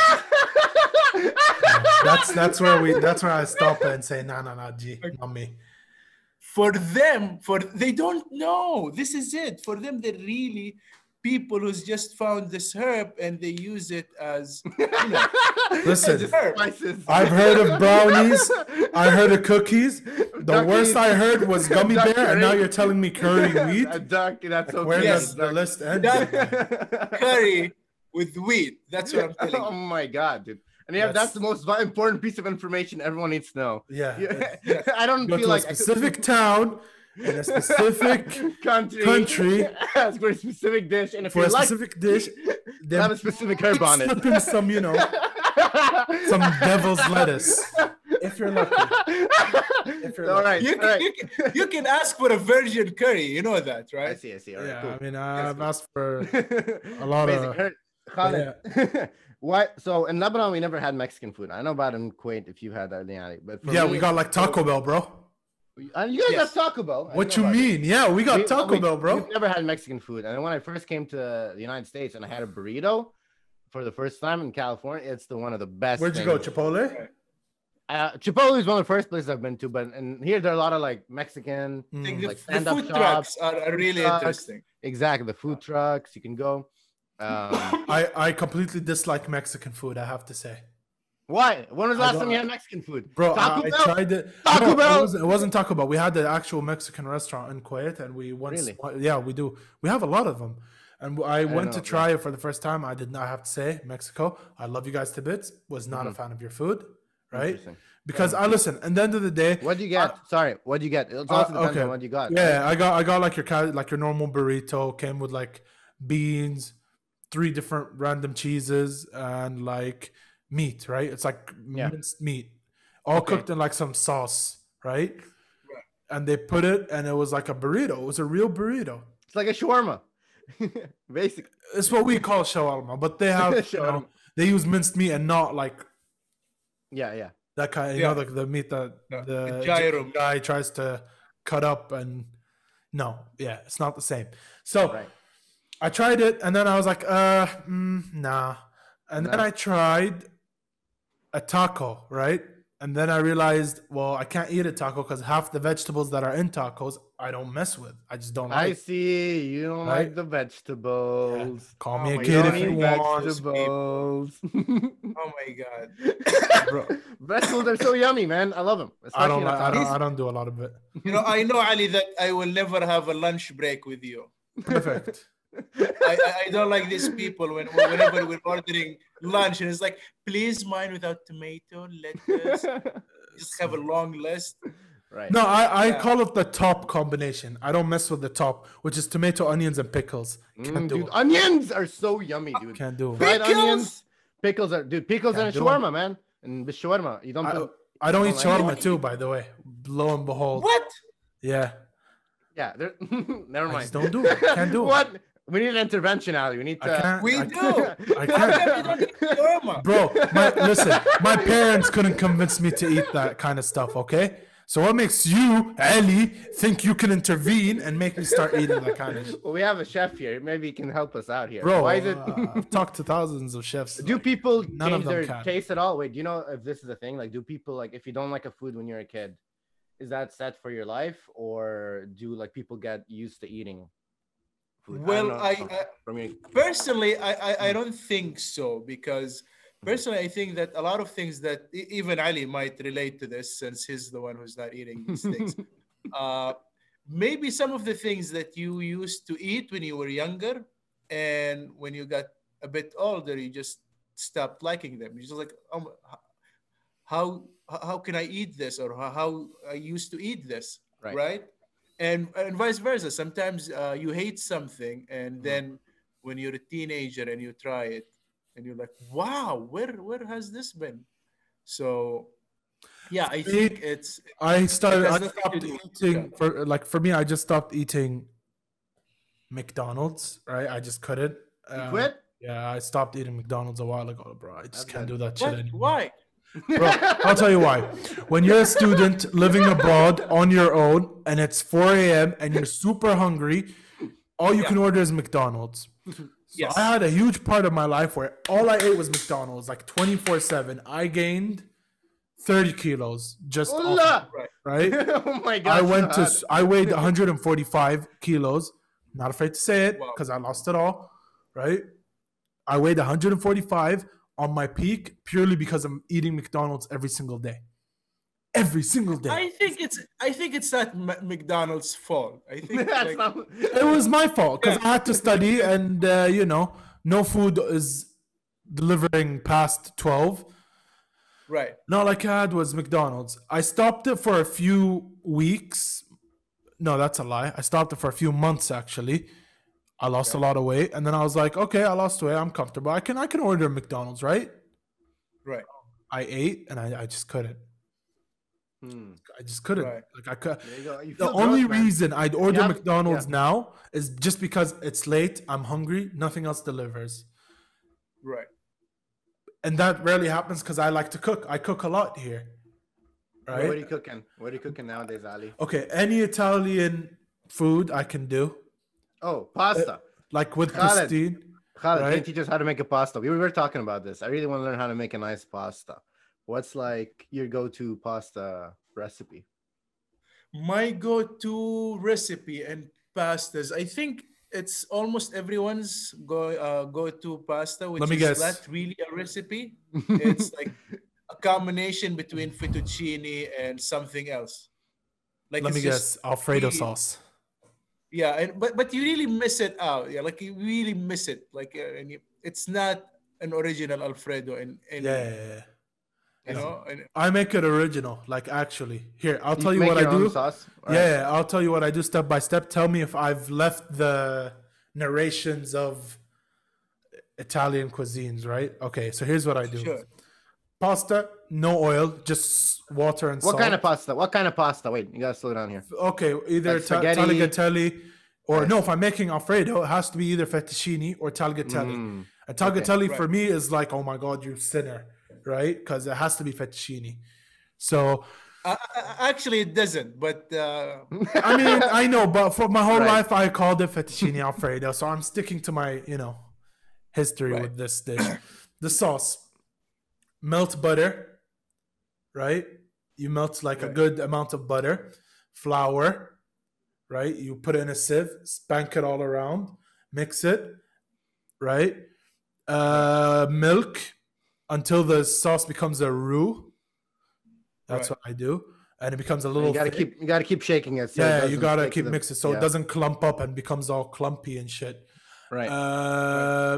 [SPEAKER 1] That's that's where we that's where I stop and say, no, no, no, G, not me.
[SPEAKER 3] for them for they don't know this is it for them they're really people who's just found this herb and they use it as you know
[SPEAKER 1] Listen,
[SPEAKER 2] Just
[SPEAKER 3] Sure.
[SPEAKER 2] spices.
[SPEAKER 1] I've heard of brownies. I heard of cookies. The
[SPEAKER 2] Duck
[SPEAKER 1] worst I
[SPEAKER 2] meat.
[SPEAKER 1] heard was gummy
[SPEAKER 2] Duck
[SPEAKER 1] bear, and now
[SPEAKER 2] curry.
[SPEAKER 1] you're telling me curry wheat.
[SPEAKER 2] A duck. That's so
[SPEAKER 1] Where
[SPEAKER 2] cute.
[SPEAKER 3] Yes.
[SPEAKER 1] does the list end?
[SPEAKER 3] Duck.
[SPEAKER 1] man?
[SPEAKER 3] curry with wheat that's what i'm telling
[SPEAKER 2] oh
[SPEAKER 3] you
[SPEAKER 2] my god, dude. And yeah,
[SPEAKER 1] That's-
[SPEAKER 2] that's the most vi- important piece of information everyone needs to know.
[SPEAKER 1] Yeah.
[SPEAKER 2] Yeah.
[SPEAKER 3] Yes.
[SPEAKER 2] I don't
[SPEAKER 1] Go
[SPEAKER 2] feel
[SPEAKER 1] to a
[SPEAKER 2] like
[SPEAKER 1] specific town in a specific
[SPEAKER 2] country,
[SPEAKER 1] country.
[SPEAKER 2] ask for a specific dish, and if
[SPEAKER 1] for a
[SPEAKER 2] you like,
[SPEAKER 1] specific dish.
[SPEAKER 2] have
[SPEAKER 1] Then
[SPEAKER 2] a specific herb on it.
[SPEAKER 1] slipping some, you know, some devil's lettuce. If you're lucky. If you're
[SPEAKER 2] all
[SPEAKER 1] lucky.
[SPEAKER 2] right,
[SPEAKER 3] you
[SPEAKER 2] all
[SPEAKER 3] can,
[SPEAKER 2] right.
[SPEAKER 3] you, can, you can ask for a virgin curry you know that
[SPEAKER 2] I
[SPEAKER 3] right
[SPEAKER 2] see, I see. All right,
[SPEAKER 1] Yeah,
[SPEAKER 2] cool.
[SPEAKER 1] I mean, I've
[SPEAKER 2] cool.
[SPEAKER 1] asked for
[SPEAKER 2] a
[SPEAKER 1] lot of-
[SPEAKER 2] Khalid, what? So in Lebanon, we never had Mexican food. I know about in Kuwait if you had that, yeah, but for
[SPEAKER 1] Yeah,
[SPEAKER 2] me,
[SPEAKER 1] we got like Taco Bell, bro.
[SPEAKER 2] Uh, you guys
[SPEAKER 3] Yes.
[SPEAKER 2] got Taco Bell. I
[SPEAKER 1] What
[SPEAKER 2] know
[SPEAKER 1] you
[SPEAKER 2] about it.
[SPEAKER 1] mean? Yeah, we got
[SPEAKER 2] We-
[SPEAKER 1] Taco
[SPEAKER 2] we-
[SPEAKER 1] Bell, bro.
[SPEAKER 2] We've never had Mexican food, and when I first came to the United States and I had a burrito for the first time in California, it's the one of the best.
[SPEAKER 1] Where'd you go?
[SPEAKER 2] things.
[SPEAKER 1] Chipotle?
[SPEAKER 2] Uh, Chipotle is one of the first places I've been to, but and here there are a lot of like Mexican.
[SPEAKER 3] I think
[SPEAKER 1] Mm.
[SPEAKER 3] the,
[SPEAKER 2] Like
[SPEAKER 3] the
[SPEAKER 2] stand-up
[SPEAKER 3] food
[SPEAKER 2] shops,
[SPEAKER 3] trucks are, are really
[SPEAKER 2] trucks.
[SPEAKER 3] interesting
[SPEAKER 2] Exactly, the food trucks you can go. Um,
[SPEAKER 1] I, I completely dislike Mexican food, I have to say.
[SPEAKER 2] why? When was the
[SPEAKER 1] I
[SPEAKER 2] last time
[SPEAKER 1] don't-
[SPEAKER 2] you had Mexican food?
[SPEAKER 1] Bro, I,
[SPEAKER 2] Taco
[SPEAKER 1] I
[SPEAKER 2] Bell?
[SPEAKER 1] tried it.
[SPEAKER 2] Taco
[SPEAKER 1] no,
[SPEAKER 2] Bell?
[SPEAKER 1] It wasn't, it wasn't Taco Bell. We had the actual Mexican restaurant in Kuwait, and we once.
[SPEAKER 2] Really?
[SPEAKER 1] wa- Yeah, we do. We have a lot of them. And I, went
[SPEAKER 2] know,
[SPEAKER 1] to
[SPEAKER 2] yeah.
[SPEAKER 1] try it for the first time. I did not have to say, Mexico, I love you guys to bits. Was not a fan of your food, right?
[SPEAKER 2] Mm-hmm. Interesting.
[SPEAKER 1] Because I listen, at the end of the day,
[SPEAKER 2] What do you get? Sorry, what do you get? It also
[SPEAKER 1] Uh,
[SPEAKER 2] depends
[SPEAKER 1] okay.
[SPEAKER 2] on what you got.
[SPEAKER 1] Yeah, I got I got like your ca- like your normal burrito came with like beans, three different random cheeses, and like meat. Right? It's like
[SPEAKER 2] Yeah.
[SPEAKER 1] minced meat, all
[SPEAKER 2] Okay.
[SPEAKER 1] cooked in like some sauce. Right? And they put it, and it was like a burrito. It was a real burrito.
[SPEAKER 2] It's like a shawarma, basically.
[SPEAKER 1] It's what we call shawarma, but they have you know,
[SPEAKER 2] Shawarma.
[SPEAKER 1] they use minced meat and not like
[SPEAKER 2] Yeah, yeah.
[SPEAKER 1] That kind, you
[SPEAKER 3] Yeah.
[SPEAKER 1] know, like the meat that
[SPEAKER 3] Yeah,
[SPEAKER 1] the
[SPEAKER 3] the
[SPEAKER 1] Egyptian
[SPEAKER 3] gyro.
[SPEAKER 1] guy tries to cut up, and no, yeah, it's not the same. So
[SPEAKER 2] Right.
[SPEAKER 1] I tried it, and then I was like, uh, mm, nah. And then
[SPEAKER 2] Nah.
[SPEAKER 1] I tried a taco, right? And then I realized, well, I can't eat a taco because half the vegetables that are in tacos I don't mess with. I just don't
[SPEAKER 2] I
[SPEAKER 1] like.
[SPEAKER 2] see. You don't
[SPEAKER 1] Right?
[SPEAKER 2] like the vegetables.
[SPEAKER 1] Call
[SPEAKER 3] Oh
[SPEAKER 1] me a
[SPEAKER 3] my
[SPEAKER 1] kid
[SPEAKER 3] God,
[SPEAKER 1] if you
[SPEAKER 3] eat
[SPEAKER 1] want.
[SPEAKER 3] those
[SPEAKER 2] vegetables.
[SPEAKER 3] Oh my god.
[SPEAKER 1] Bro,
[SPEAKER 2] vegetables are so yummy, man. I love them.
[SPEAKER 1] I don't. Like, I don't. I don't do a lot of it.
[SPEAKER 3] You know, I know Ali that I will never have a lunch break with you.
[SPEAKER 1] Perfect.
[SPEAKER 3] I, I, I don't like these people when whenever we're ordering lunch and it's like, please mine without tomato, lettuce. Just have a long list.
[SPEAKER 2] right.
[SPEAKER 1] No, I, I
[SPEAKER 3] Yeah.
[SPEAKER 1] call it the top combination. I don't mess with the top, which is tomato, onions, and pickles. Can't
[SPEAKER 2] Mm,
[SPEAKER 1] do
[SPEAKER 2] dude,
[SPEAKER 1] it.
[SPEAKER 2] onions are so yummy, dude.
[SPEAKER 1] Can't do it.
[SPEAKER 2] Fried
[SPEAKER 3] Pickles?
[SPEAKER 2] onions, pickles are dude. Pickles
[SPEAKER 1] Yeah,
[SPEAKER 2] and a
[SPEAKER 1] do 'em.
[SPEAKER 2] shawarma, man. And the shawarma, you don't.
[SPEAKER 1] I,
[SPEAKER 2] put-
[SPEAKER 1] I don't eat
[SPEAKER 2] I don't like
[SPEAKER 1] shawarma too, by the way. Lo and behold.
[SPEAKER 3] What?
[SPEAKER 1] Yeah.
[SPEAKER 2] yeah, they're- never mind.
[SPEAKER 1] I just don't do it. Can't do it.
[SPEAKER 2] what? We need an intervention, Ali. We need
[SPEAKER 1] I
[SPEAKER 2] to.
[SPEAKER 1] can't.
[SPEAKER 3] We
[SPEAKER 1] I
[SPEAKER 3] do.
[SPEAKER 1] can't. I
[SPEAKER 3] How come
[SPEAKER 1] can't.
[SPEAKER 3] you don't eat shawarma?
[SPEAKER 1] Bro, my, listen, my parents couldn't convince me to eat that kind of stuff, okay? So what makes you, Ali, think you can intervene and make me start eating that kind of shit?
[SPEAKER 2] Well, we have a chef here. Maybe he can help us out here.
[SPEAKER 1] Bro,
[SPEAKER 2] why is it?
[SPEAKER 1] uh, I've talked to thousands of chefs.
[SPEAKER 2] do people
[SPEAKER 1] none of
[SPEAKER 2] change
[SPEAKER 1] them
[SPEAKER 2] their
[SPEAKER 1] can.
[SPEAKER 2] taste at all? Wait, do you know if this is a thing? Like, do people like if you don't like a food when you're a kid, is that set for your life, or do like people get used to eating? Food?
[SPEAKER 3] Well,
[SPEAKER 2] don't
[SPEAKER 3] I-
[SPEAKER 2] know
[SPEAKER 3] I-
[SPEAKER 2] from your,
[SPEAKER 3] personally I, I i don't think so because personally i think that a lot of things that e- even ali might relate to this since he's the one who's not eating these things uh, maybe some of the things that you used to eat when you were younger and when you got a bit older you just stopped liking them you're just like um, how how can i eat this or how- how i used to eat this
[SPEAKER 2] right.
[SPEAKER 3] right, and and vice versa sometimes uh, you hate something and
[SPEAKER 2] Mhm.
[SPEAKER 3] then when you're a teenager and you try it and you're like wow where where has this been so yeah i think it's
[SPEAKER 1] I started. I
[SPEAKER 3] has nothing
[SPEAKER 1] stopped
[SPEAKER 3] to do with
[SPEAKER 1] eating for like for me. I just stopped eating McDonald's. Right, I just couldn't.
[SPEAKER 2] You
[SPEAKER 1] Um,
[SPEAKER 2] quit?
[SPEAKER 1] Yeah, I stopped eating McDonald's a while ago, bro. I just can't
[SPEAKER 2] Okay.
[SPEAKER 1] do that shit
[SPEAKER 3] what?
[SPEAKER 1] anymore.
[SPEAKER 3] why
[SPEAKER 1] Bro, I'll tell you why. When you're a student living abroad on your own, and it's 4 a.m. and you're super hungry, all you
[SPEAKER 3] Yeah.
[SPEAKER 1] can order is McDonald's. So
[SPEAKER 3] Yes.
[SPEAKER 1] I had a huge part of my life where all I ate was McDonald's, like 24/7. I gained 30 kilos just
[SPEAKER 3] Oh,
[SPEAKER 1] off,
[SPEAKER 2] Hola!
[SPEAKER 3] right
[SPEAKER 1] right.
[SPEAKER 2] oh my god!
[SPEAKER 1] I went to
[SPEAKER 2] Shahad.
[SPEAKER 1] s- I weighed 145 kilos. Not afraid to say it
[SPEAKER 3] Wow.
[SPEAKER 1] because I lost it all, right? I weighed 145 on my peak purely because I'm eating McDonald's every single day. Every single day.
[SPEAKER 3] i think it's i think it's not M- mcdonald's fault i think
[SPEAKER 2] That's
[SPEAKER 3] like,
[SPEAKER 2] not-
[SPEAKER 1] it was my fault because I had to study, and uh, you know, no food is delivering past 12.
[SPEAKER 3] right
[SPEAKER 1] Not like I had was McDonald's. I stopped it for a few weeks. No, that's a lie. I stopped it for a few months actually. I lost a lot of weight, and then I was like, okay, I lost weight. I'm comfortable. I can I can order McDonald's, right?
[SPEAKER 3] right
[SPEAKER 1] I ate, and I, I just couldn't.
[SPEAKER 2] Hmm.
[SPEAKER 1] I just couldn't.
[SPEAKER 3] Right.
[SPEAKER 1] Like I could.
[SPEAKER 2] There you go. You
[SPEAKER 1] The
[SPEAKER 2] feel
[SPEAKER 1] only
[SPEAKER 2] gross, man.
[SPEAKER 1] reason I'd order
[SPEAKER 2] Yeah.
[SPEAKER 1] McDonald's now is just because it's late. I'm hungry. Nothing else delivers,
[SPEAKER 3] right
[SPEAKER 1] and that rarely happens because I like to cook. I cook a lot here, right?
[SPEAKER 2] What are you cooking? What are you cooking nowadays, Ali?
[SPEAKER 1] Okay, any Italian food I can do,
[SPEAKER 2] Oh, pasta.
[SPEAKER 1] like with
[SPEAKER 2] Khaled.
[SPEAKER 1] Christine.
[SPEAKER 2] Khaled,
[SPEAKER 1] Uh, Right?
[SPEAKER 2] can you teach us how to make a pasta? We were talking about this. I really want to learn how to make a nice pasta. What's like your go-to pasta recipe?
[SPEAKER 3] my go-to recipe and pastas i think it's almost everyone's go uh, go-to pasta which
[SPEAKER 1] Let me
[SPEAKER 3] is
[SPEAKER 1] guess.
[SPEAKER 3] not really a recipe it's like a combination between fettuccine and something else like
[SPEAKER 1] Let
[SPEAKER 3] it's
[SPEAKER 1] me
[SPEAKER 3] just-
[SPEAKER 1] guess, Alfredo
[SPEAKER 3] really-
[SPEAKER 1] sauce.
[SPEAKER 3] yeah and, but but you really miss it out yeah like you really miss it like uh, and you, it's not an original alfredo and, and
[SPEAKER 1] Yeah, yeah, yeah.
[SPEAKER 3] you know and,
[SPEAKER 1] I make it original, like actually. Here, I'll tell you
[SPEAKER 2] make
[SPEAKER 1] what I
[SPEAKER 2] your own
[SPEAKER 1] do.
[SPEAKER 2] Sauce? All right.
[SPEAKER 1] Yeah, yeah, I'll tell you what I do step by step. Tell me if I've left the narrations of Italian cuisines, right? Okay, so here's what I do.
[SPEAKER 3] Sure.
[SPEAKER 1] Pasta, no oil, just water and
[SPEAKER 2] What
[SPEAKER 1] salt.
[SPEAKER 2] kind of pasta? What kind of pasta? Wait, you gotta slow down here.
[SPEAKER 1] okay, either
[SPEAKER 2] Like
[SPEAKER 1] ta-
[SPEAKER 2] spaghetti?
[SPEAKER 1] tagliatelle or no, if I'm making Alfredo, it has to be either fettuccine or tagliatelle.
[SPEAKER 2] Mm,
[SPEAKER 1] A tagliatelle
[SPEAKER 3] right.
[SPEAKER 1] for me is like, oh my god, you sinner, right? Because it has to be fettuccine. So
[SPEAKER 3] Uh, actually, it doesn't. But uh,
[SPEAKER 1] I mean, I know, but for my whole
[SPEAKER 2] Right.
[SPEAKER 1] life, I called it fettuccine alfredo. So I'm sticking to my, you know, history
[SPEAKER 3] Right.
[SPEAKER 1] with this dish. The sauce, melt butter, right? You melt like a
[SPEAKER 3] Right.
[SPEAKER 1] good amount of butter, flour, right? You put it in a sieve, spank it all around, mix it, right? Uh, milk until the sauce becomes a roux. That's
[SPEAKER 3] Right.
[SPEAKER 1] what I do, and it becomes a
[SPEAKER 2] And
[SPEAKER 1] little.
[SPEAKER 2] you gotta
[SPEAKER 1] thick.
[SPEAKER 2] keep you gotta keep shaking it. so it
[SPEAKER 1] Yeah, you
[SPEAKER 2] doesn't
[SPEAKER 1] gotta
[SPEAKER 2] stick to
[SPEAKER 1] keep
[SPEAKER 2] the-
[SPEAKER 1] mixing so
[SPEAKER 2] yeah,
[SPEAKER 1] it doesn't clump up and becomes all clumpy and shit.
[SPEAKER 2] right.
[SPEAKER 1] Uh,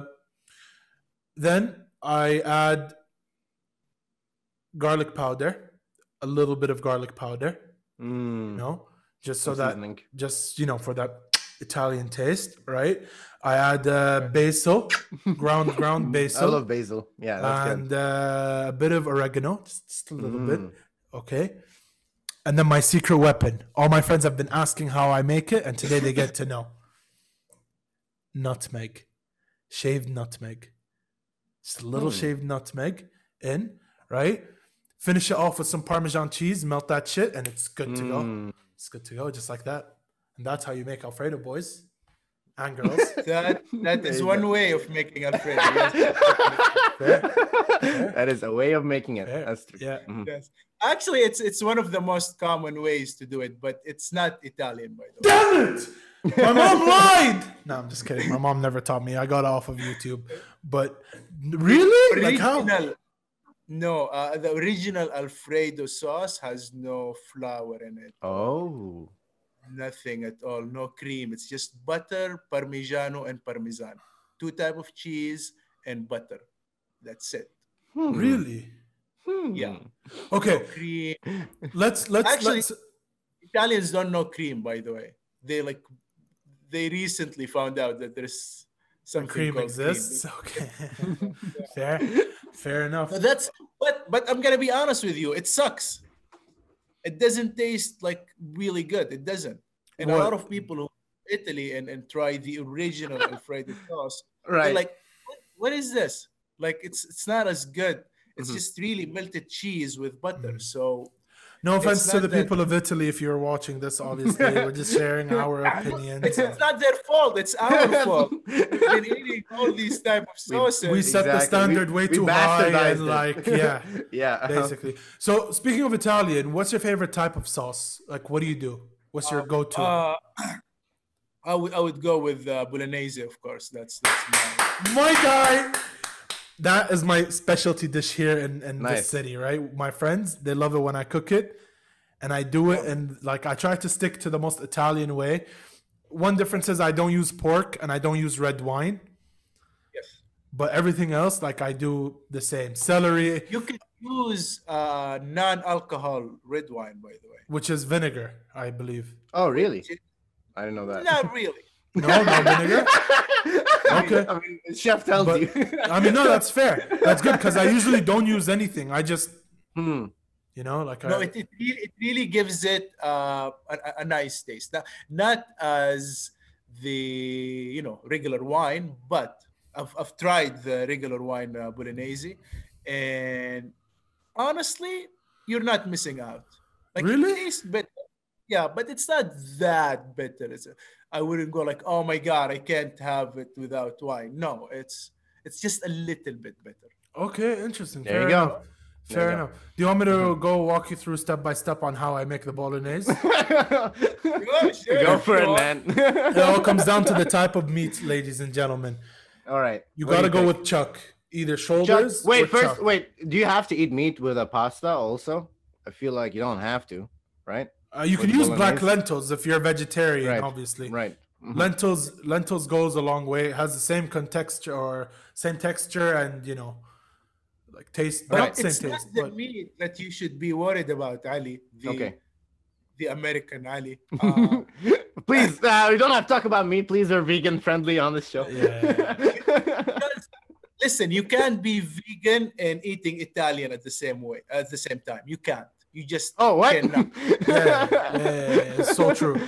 [SPEAKER 1] Then I add garlic powder, a little bit of garlic powder, you
[SPEAKER 2] Mm,
[SPEAKER 1] know, just so
[SPEAKER 2] some
[SPEAKER 1] that
[SPEAKER 2] seasoning.
[SPEAKER 1] just you know for that Italian taste, right? I add uh, basil, ground ground
[SPEAKER 2] I
[SPEAKER 1] basil,
[SPEAKER 2] love basil. Yeah, that's good.
[SPEAKER 1] and uh, a bit of oregano, just, just a little bit.
[SPEAKER 2] Mm.
[SPEAKER 1] Okay. And then my secret weapon. All my friends have been asking how I make it, and today they get to know. Nutmeg. Shaved nutmeg. Just a little
[SPEAKER 2] Hmm.
[SPEAKER 1] shaved nutmeg in, right? Finish it off with some Parmesan cheese, melt that shit, and it's good to go.
[SPEAKER 2] Mm.
[SPEAKER 1] It's good to go, just like that. And that's how you make Alfredo, boys and girls.
[SPEAKER 3] that that
[SPEAKER 2] There
[SPEAKER 3] is
[SPEAKER 2] you
[SPEAKER 3] one
[SPEAKER 2] go.
[SPEAKER 3] way of making Alfredo. Yes,
[SPEAKER 2] That is a way of making it.
[SPEAKER 1] Fair.
[SPEAKER 2] That's true.
[SPEAKER 1] yeah.
[SPEAKER 2] Mhm.
[SPEAKER 3] yes. Actually, it's it's one of the most common ways to do it, but it's not Italian, by the way.
[SPEAKER 1] Damn it! My mom lied. No, I'm just kidding. My mom never taught me. I got it off of YouTube. But really? Like how?
[SPEAKER 3] Original- No, uh, the original Alfredo sauce has no flour in it,
[SPEAKER 2] Oh.
[SPEAKER 3] nothing at all, no cream. It's just butter, parmigiano, and parmesan. Two type of cheese and butter. That's it.
[SPEAKER 2] Hmm.
[SPEAKER 1] Really?
[SPEAKER 2] Hmm.
[SPEAKER 3] Yeah.
[SPEAKER 1] Okay.
[SPEAKER 3] Cream.
[SPEAKER 1] Let's let's
[SPEAKER 3] Actually-
[SPEAKER 1] let's
[SPEAKER 3] Italians don't know cream, by the way. They like they recently found out that there's some
[SPEAKER 1] cream exists. Okay. fair. Fair enough.
[SPEAKER 3] But that's but but I'm gonna be honest with you, it sucks. It doesn't taste like really good. It doesn't. And a
[SPEAKER 1] What?
[SPEAKER 3] lot of people who Italy and, and try the original Alfredo sauce,
[SPEAKER 2] Right.
[SPEAKER 3] they're like, what, what is this? Like it's it's not as good. It's
[SPEAKER 2] Mhm.
[SPEAKER 3] just really melted cheese with butter.
[SPEAKER 1] Mhm.
[SPEAKER 3] So
[SPEAKER 1] No
[SPEAKER 3] it's
[SPEAKER 1] offense to
[SPEAKER 3] not
[SPEAKER 1] the
[SPEAKER 3] that-
[SPEAKER 1] people of Italy if you're watching this, obviously. We're just sharing our opinions.
[SPEAKER 3] it's, it's not their fault. It's our fault.
[SPEAKER 2] Exactly.
[SPEAKER 3] We've been eating all these type of
[SPEAKER 2] We-
[SPEAKER 3] sauces.
[SPEAKER 1] we set the standard way too high and,
[SPEAKER 2] bastardized it.
[SPEAKER 1] like, yeah,
[SPEAKER 2] yeah. uh-huh.
[SPEAKER 1] Basically. So speaking of Italian, what's your favorite type of sauce? Like what do you do? What's your go to?
[SPEAKER 3] Uh, I would I would go with uh, bolognese, of course. That's that's my
[SPEAKER 1] My guy. That is my specialty dish here in, in
[SPEAKER 2] Nice.
[SPEAKER 1] this city, right? My friends, they love it when I cook it. And I do it and like I try to stick to the most Italian way. One difference is I don't use pork and I don't use red wine.
[SPEAKER 3] yes.
[SPEAKER 1] But everything else, like I do the same. Celery,
[SPEAKER 3] You can use uh, non-alcohol red wine, by the way.
[SPEAKER 1] which is vinegar, I believe.
[SPEAKER 2] Oh, really? I didn't know that.
[SPEAKER 3] Not really.
[SPEAKER 1] No, not vinegar. Okay.
[SPEAKER 2] I mean, chef tells
[SPEAKER 1] But-
[SPEAKER 2] you.
[SPEAKER 1] I mean, no, that's fair. That's good because I usually don't use anything. I just,
[SPEAKER 2] Hmm.
[SPEAKER 1] you know, like
[SPEAKER 3] No,
[SPEAKER 1] I,
[SPEAKER 3] it, it, really, it really gives it uh, a, a- a nice taste. Not, not as the you know regular wine, but I've, I've tried the regular wine uh, bolognese, and honestly, you're not missing out. Like
[SPEAKER 1] Really?
[SPEAKER 3] it tastes better. Yeah, but it's not that better. It's, I wouldn't go like, oh my god, I can't have it without wine. No, it's it's just a little bit better.
[SPEAKER 1] okay, interesting.
[SPEAKER 2] There you
[SPEAKER 1] fair
[SPEAKER 2] go.
[SPEAKER 1] enough.
[SPEAKER 2] There
[SPEAKER 1] Fair
[SPEAKER 2] you go. Mm-hmm.
[SPEAKER 1] enough. Do you want me to go walk you through step by step on how I make the bolognese?
[SPEAKER 2] Go for it, man.
[SPEAKER 1] it all comes down to the type of meat, ladies and gentlemen.
[SPEAKER 2] All right.
[SPEAKER 1] You
[SPEAKER 2] What do
[SPEAKER 1] gotta go
[SPEAKER 2] think?
[SPEAKER 1] with chuck, either
[SPEAKER 2] Chuck,
[SPEAKER 1] shoulders.
[SPEAKER 2] wait,
[SPEAKER 1] or
[SPEAKER 2] first,
[SPEAKER 1] chuck.
[SPEAKER 2] wait. Do you have to eat meat with a pasta also? I feel like you don't have to, right?
[SPEAKER 1] Uh, you can
[SPEAKER 2] with
[SPEAKER 1] use black
[SPEAKER 2] bolognese.
[SPEAKER 1] lentils if you're a vegetarian,
[SPEAKER 2] Right,
[SPEAKER 1] obviously.
[SPEAKER 2] Right. Mhm.
[SPEAKER 1] Lentils, lentils goes a long way. It has the same contexture or same texture, and you know, like taste.
[SPEAKER 3] But
[SPEAKER 1] Not same
[SPEAKER 3] it's not
[SPEAKER 1] taste,
[SPEAKER 3] the
[SPEAKER 1] but
[SPEAKER 3] meat that you should be worried about, Ali. The,
[SPEAKER 2] Okay.
[SPEAKER 3] The American Ali. Uh,
[SPEAKER 2] please, uh, we don't have to talk about meat. Please, we're vegan friendly on this show.
[SPEAKER 1] Yeah.
[SPEAKER 3] listen, you can't be vegan and eating Italian at the same way at the same time. You can't. You just
[SPEAKER 2] oh, what?
[SPEAKER 3] cannot.
[SPEAKER 1] Yeah, yeah, it's so true.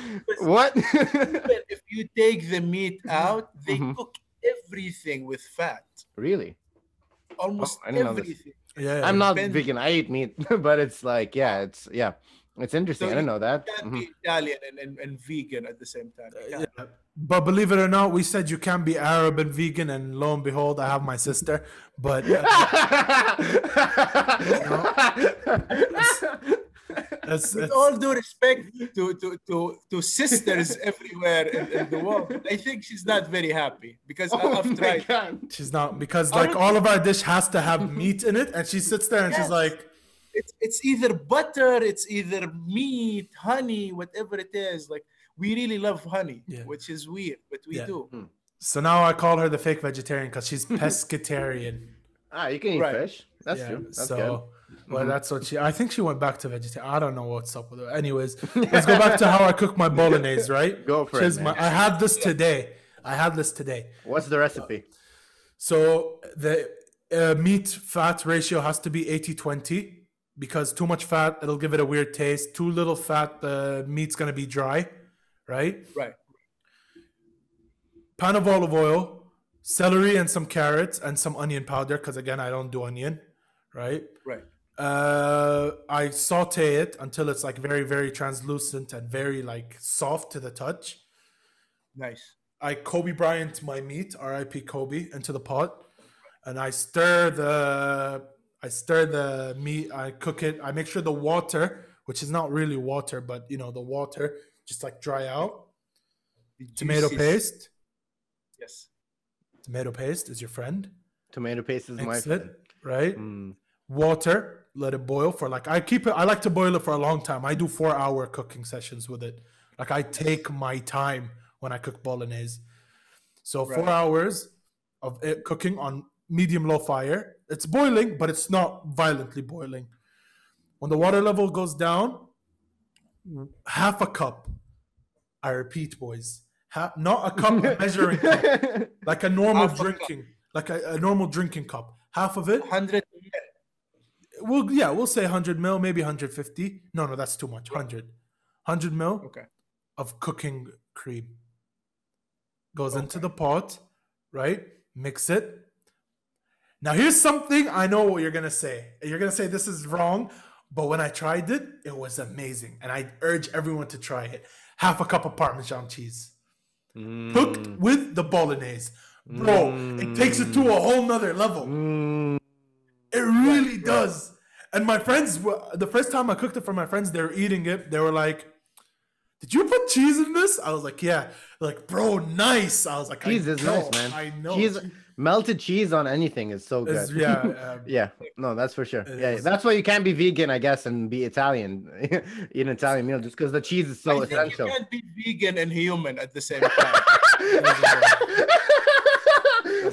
[SPEAKER 2] What?
[SPEAKER 3] Even if you
[SPEAKER 1] Mm-hmm.
[SPEAKER 3] take the meat out, they
[SPEAKER 2] Mhm.
[SPEAKER 3] cook everything with fat.
[SPEAKER 2] really?
[SPEAKER 3] almost
[SPEAKER 2] Oh, I didn't know this.
[SPEAKER 3] everything.
[SPEAKER 1] Yeah, yeah.
[SPEAKER 2] I'm not
[SPEAKER 3] Ben-
[SPEAKER 2] vegan. I eat meat, but it's like, yeah, it's yeah, it's interesting.
[SPEAKER 3] So
[SPEAKER 2] I didn't know that.
[SPEAKER 3] You can't
[SPEAKER 2] Mhm.
[SPEAKER 3] be Italian and, and, and vegan at the same time. You
[SPEAKER 1] Uh, Yeah.
[SPEAKER 3] can't.
[SPEAKER 1] But believe it or not, we said you can be Arab and vegan, and lo and behold, I have my sister. But uh, that's, that's,
[SPEAKER 3] With
[SPEAKER 1] it's-
[SPEAKER 3] all due respect to, to, to, to sisters everywhere in, in the world, I think she's not very happy because I-
[SPEAKER 2] Oh
[SPEAKER 3] I've
[SPEAKER 2] my
[SPEAKER 3] tried.
[SPEAKER 2] God.
[SPEAKER 1] she's not because like all of our dish has to have meat in it, and she sits there and she's
[SPEAKER 3] Yes.
[SPEAKER 1] like,
[SPEAKER 3] It's, it's either butter, it's either meat, honey, whatever it is. Like we really love honey,
[SPEAKER 1] Yeah.
[SPEAKER 3] which is weird, but we
[SPEAKER 1] Yeah.
[SPEAKER 3] do.
[SPEAKER 1] so now I call her the fake vegetarian because she's pescatarian.
[SPEAKER 2] Ah, you can eat
[SPEAKER 3] Right.
[SPEAKER 2] fish. That's
[SPEAKER 1] Yeah,
[SPEAKER 2] true. That's
[SPEAKER 1] so,
[SPEAKER 2] good. Mm-hmm.
[SPEAKER 1] well, that's what she. I think she went back to vegetarian. I don't know what's up with her. Anyways, let's go back to how I cook my bolognese. Right?
[SPEAKER 2] Go for it,
[SPEAKER 1] She's
[SPEAKER 2] man.
[SPEAKER 1] My, I had this today. I had this today.
[SPEAKER 2] What's the recipe?
[SPEAKER 1] So the uh, meat fat ratio has to be 80 20 because too much fat, it'll give it a weird taste. Too little fat, the meat's going to be dry, right?
[SPEAKER 3] Right.
[SPEAKER 1] Pan of olive oil, celery, and some carrots and some onion powder because, again, I don't do onion, right?
[SPEAKER 3] Right.
[SPEAKER 1] Uh, I saute it until it's like very, very translucent and very like soft to the touch.
[SPEAKER 3] Nice.
[SPEAKER 1] I Kobe Bryant my meat, RIP Kobe, into the pot, and I stir the I stir the meat. I cook it. I make sure the water, which is not really water, but you know the water, just like dry out.
[SPEAKER 3] The
[SPEAKER 1] Tomato
[SPEAKER 3] juices-
[SPEAKER 1] paste.
[SPEAKER 3] Yes.
[SPEAKER 1] Tomato paste is your friend.
[SPEAKER 2] Tomato paste is my
[SPEAKER 1] Mix
[SPEAKER 2] friend.
[SPEAKER 1] it right.
[SPEAKER 2] Mm.
[SPEAKER 1] Water. Let it boil for like I keep it. I like to boil it for a long time. I do four hour cooking sessions with it. Like I take my time when I cook bolognese. So four
[SPEAKER 3] Right.
[SPEAKER 1] hours of it cooking on medium low fire. It's boiling, but it's not violently boiling. When the water level goes down, half a cup. I repeat, boys, ha- not a cup a measuring cup,
[SPEAKER 2] Mm.
[SPEAKER 1] like a normal
[SPEAKER 3] Half a cup.
[SPEAKER 1] drinking, like a, a normal drinking cup. Half of it,
[SPEAKER 3] 100
[SPEAKER 1] we'll yeah, we'll say 100 mil, maybe 150. No, no, that's too much. 100, 100 mil
[SPEAKER 3] Okay.
[SPEAKER 1] of cooking cream goes into the pot, right? Mix it. Now, here's something I know what you're gonna say. You're gonna say this is wrong, but when I tried it, it was amazing, and I urge everyone to try it. Half a cup of Parmesan cheese cooked
[SPEAKER 2] Mm.
[SPEAKER 1] with the bolognese, bro. It takes it to a whole nother level.
[SPEAKER 2] Mm.
[SPEAKER 1] It really does. And my friends, were- the first time I cooked it for my friends, they were eating it. They were like, "Did you put cheese in this?" I was like, "Yeah." They're like, bro, nice. I was like,
[SPEAKER 2] Cheese
[SPEAKER 1] I
[SPEAKER 2] is
[SPEAKER 1] know,
[SPEAKER 2] nice, man.
[SPEAKER 1] I know.
[SPEAKER 2] Cheese- melted cheese on anything is so good.
[SPEAKER 1] is, yeah, um,
[SPEAKER 2] Yeah, no, that's for sure.
[SPEAKER 1] It
[SPEAKER 2] Yeah,
[SPEAKER 1] is.
[SPEAKER 2] that's why you can't be vegan, I guess, and be Italian, eat an Italian meal just because the cheese is so
[SPEAKER 3] I think
[SPEAKER 2] essential.
[SPEAKER 3] you can't be vegan and human at the same time.
[SPEAKER 1] Does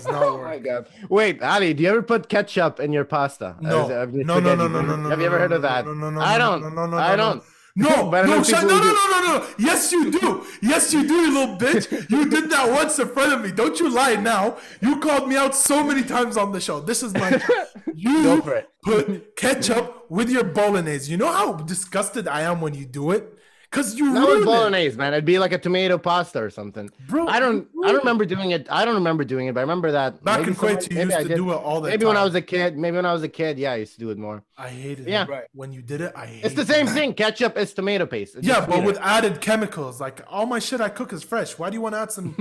[SPEAKER 1] not
[SPEAKER 2] oh
[SPEAKER 1] work.
[SPEAKER 2] my god! Wait, Ali, do you ever put ketchup in your pasta?
[SPEAKER 1] No.
[SPEAKER 2] As- uh, your
[SPEAKER 1] No, no, no,
[SPEAKER 2] spaghetti?
[SPEAKER 1] no, no, no.
[SPEAKER 2] Have
[SPEAKER 1] no,
[SPEAKER 2] you ever
[SPEAKER 1] no,
[SPEAKER 2] heard of
[SPEAKER 1] no,
[SPEAKER 2] that?
[SPEAKER 1] No, no, no.
[SPEAKER 2] I
[SPEAKER 1] no,
[SPEAKER 2] don't.
[SPEAKER 1] No, no, no.
[SPEAKER 2] I
[SPEAKER 1] no,
[SPEAKER 2] don't.
[SPEAKER 1] No,
[SPEAKER 2] But I
[SPEAKER 1] no,
[SPEAKER 2] know
[SPEAKER 1] shut,
[SPEAKER 2] people
[SPEAKER 1] no,
[SPEAKER 2] who
[SPEAKER 1] no,
[SPEAKER 2] do.
[SPEAKER 1] no, no, no. Yes, you do. Yes, you do, you little bitch. You did that once in front of me. Don't you lie now. You called me out so many times on the show. This is my.
[SPEAKER 2] Go
[SPEAKER 1] You
[SPEAKER 2] for it.
[SPEAKER 1] put ketchup with your bolognese. You know how disgusted I am when you do it, cause you
[SPEAKER 2] Not
[SPEAKER 1] ruin
[SPEAKER 2] with
[SPEAKER 1] it.
[SPEAKER 2] bolognese, man. It'd be like a tomato pasta or something.
[SPEAKER 1] Bro,
[SPEAKER 2] I don't.
[SPEAKER 1] you
[SPEAKER 2] I don't
[SPEAKER 1] ruined
[SPEAKER 2] remember doing it. I don't remember doing it, but I remember that
[SPEAKER 1] Back
[SPEAKER 2] maybe
[SPEAKER 1] in
[SPEAKER 2] someone-
[SPEAKER 1] Kuwait, you
[SPEAKER 2] maybe
[SPEAKER 1] used
[SPEAKER 2] I
[SPEAKER 1] to
[SPEAKER 2] did.
[SPEAKER 1] do it all the
[SPEAKER 2] Maybe
[SPEAKER 1] time.
[SPEAKER 2] when I was a kid. Maybe when I was a kid. Yeah, I used to do it more.
[SPEAKER 1] I hated
[SPEAKER 2] Yeah.
[SPEAKER 1] it.
[SPEAKER 3] Right.
[SPEAKER 1] When you did it, I hated
[SPEAKER 2] It's the
[SPEAKER 1] it.
[SPEAKER 2] same thing. Ketchup is tomato paste. It's
[SPEAKER 1] Yeah,
[SPEAKER 2] just
[SPEAKER 1] but
[SPEAKER 2] sweeter.
[SPEAKER 1] with added chemicals. Like all my shit I cook is fresh. Why do you want to add some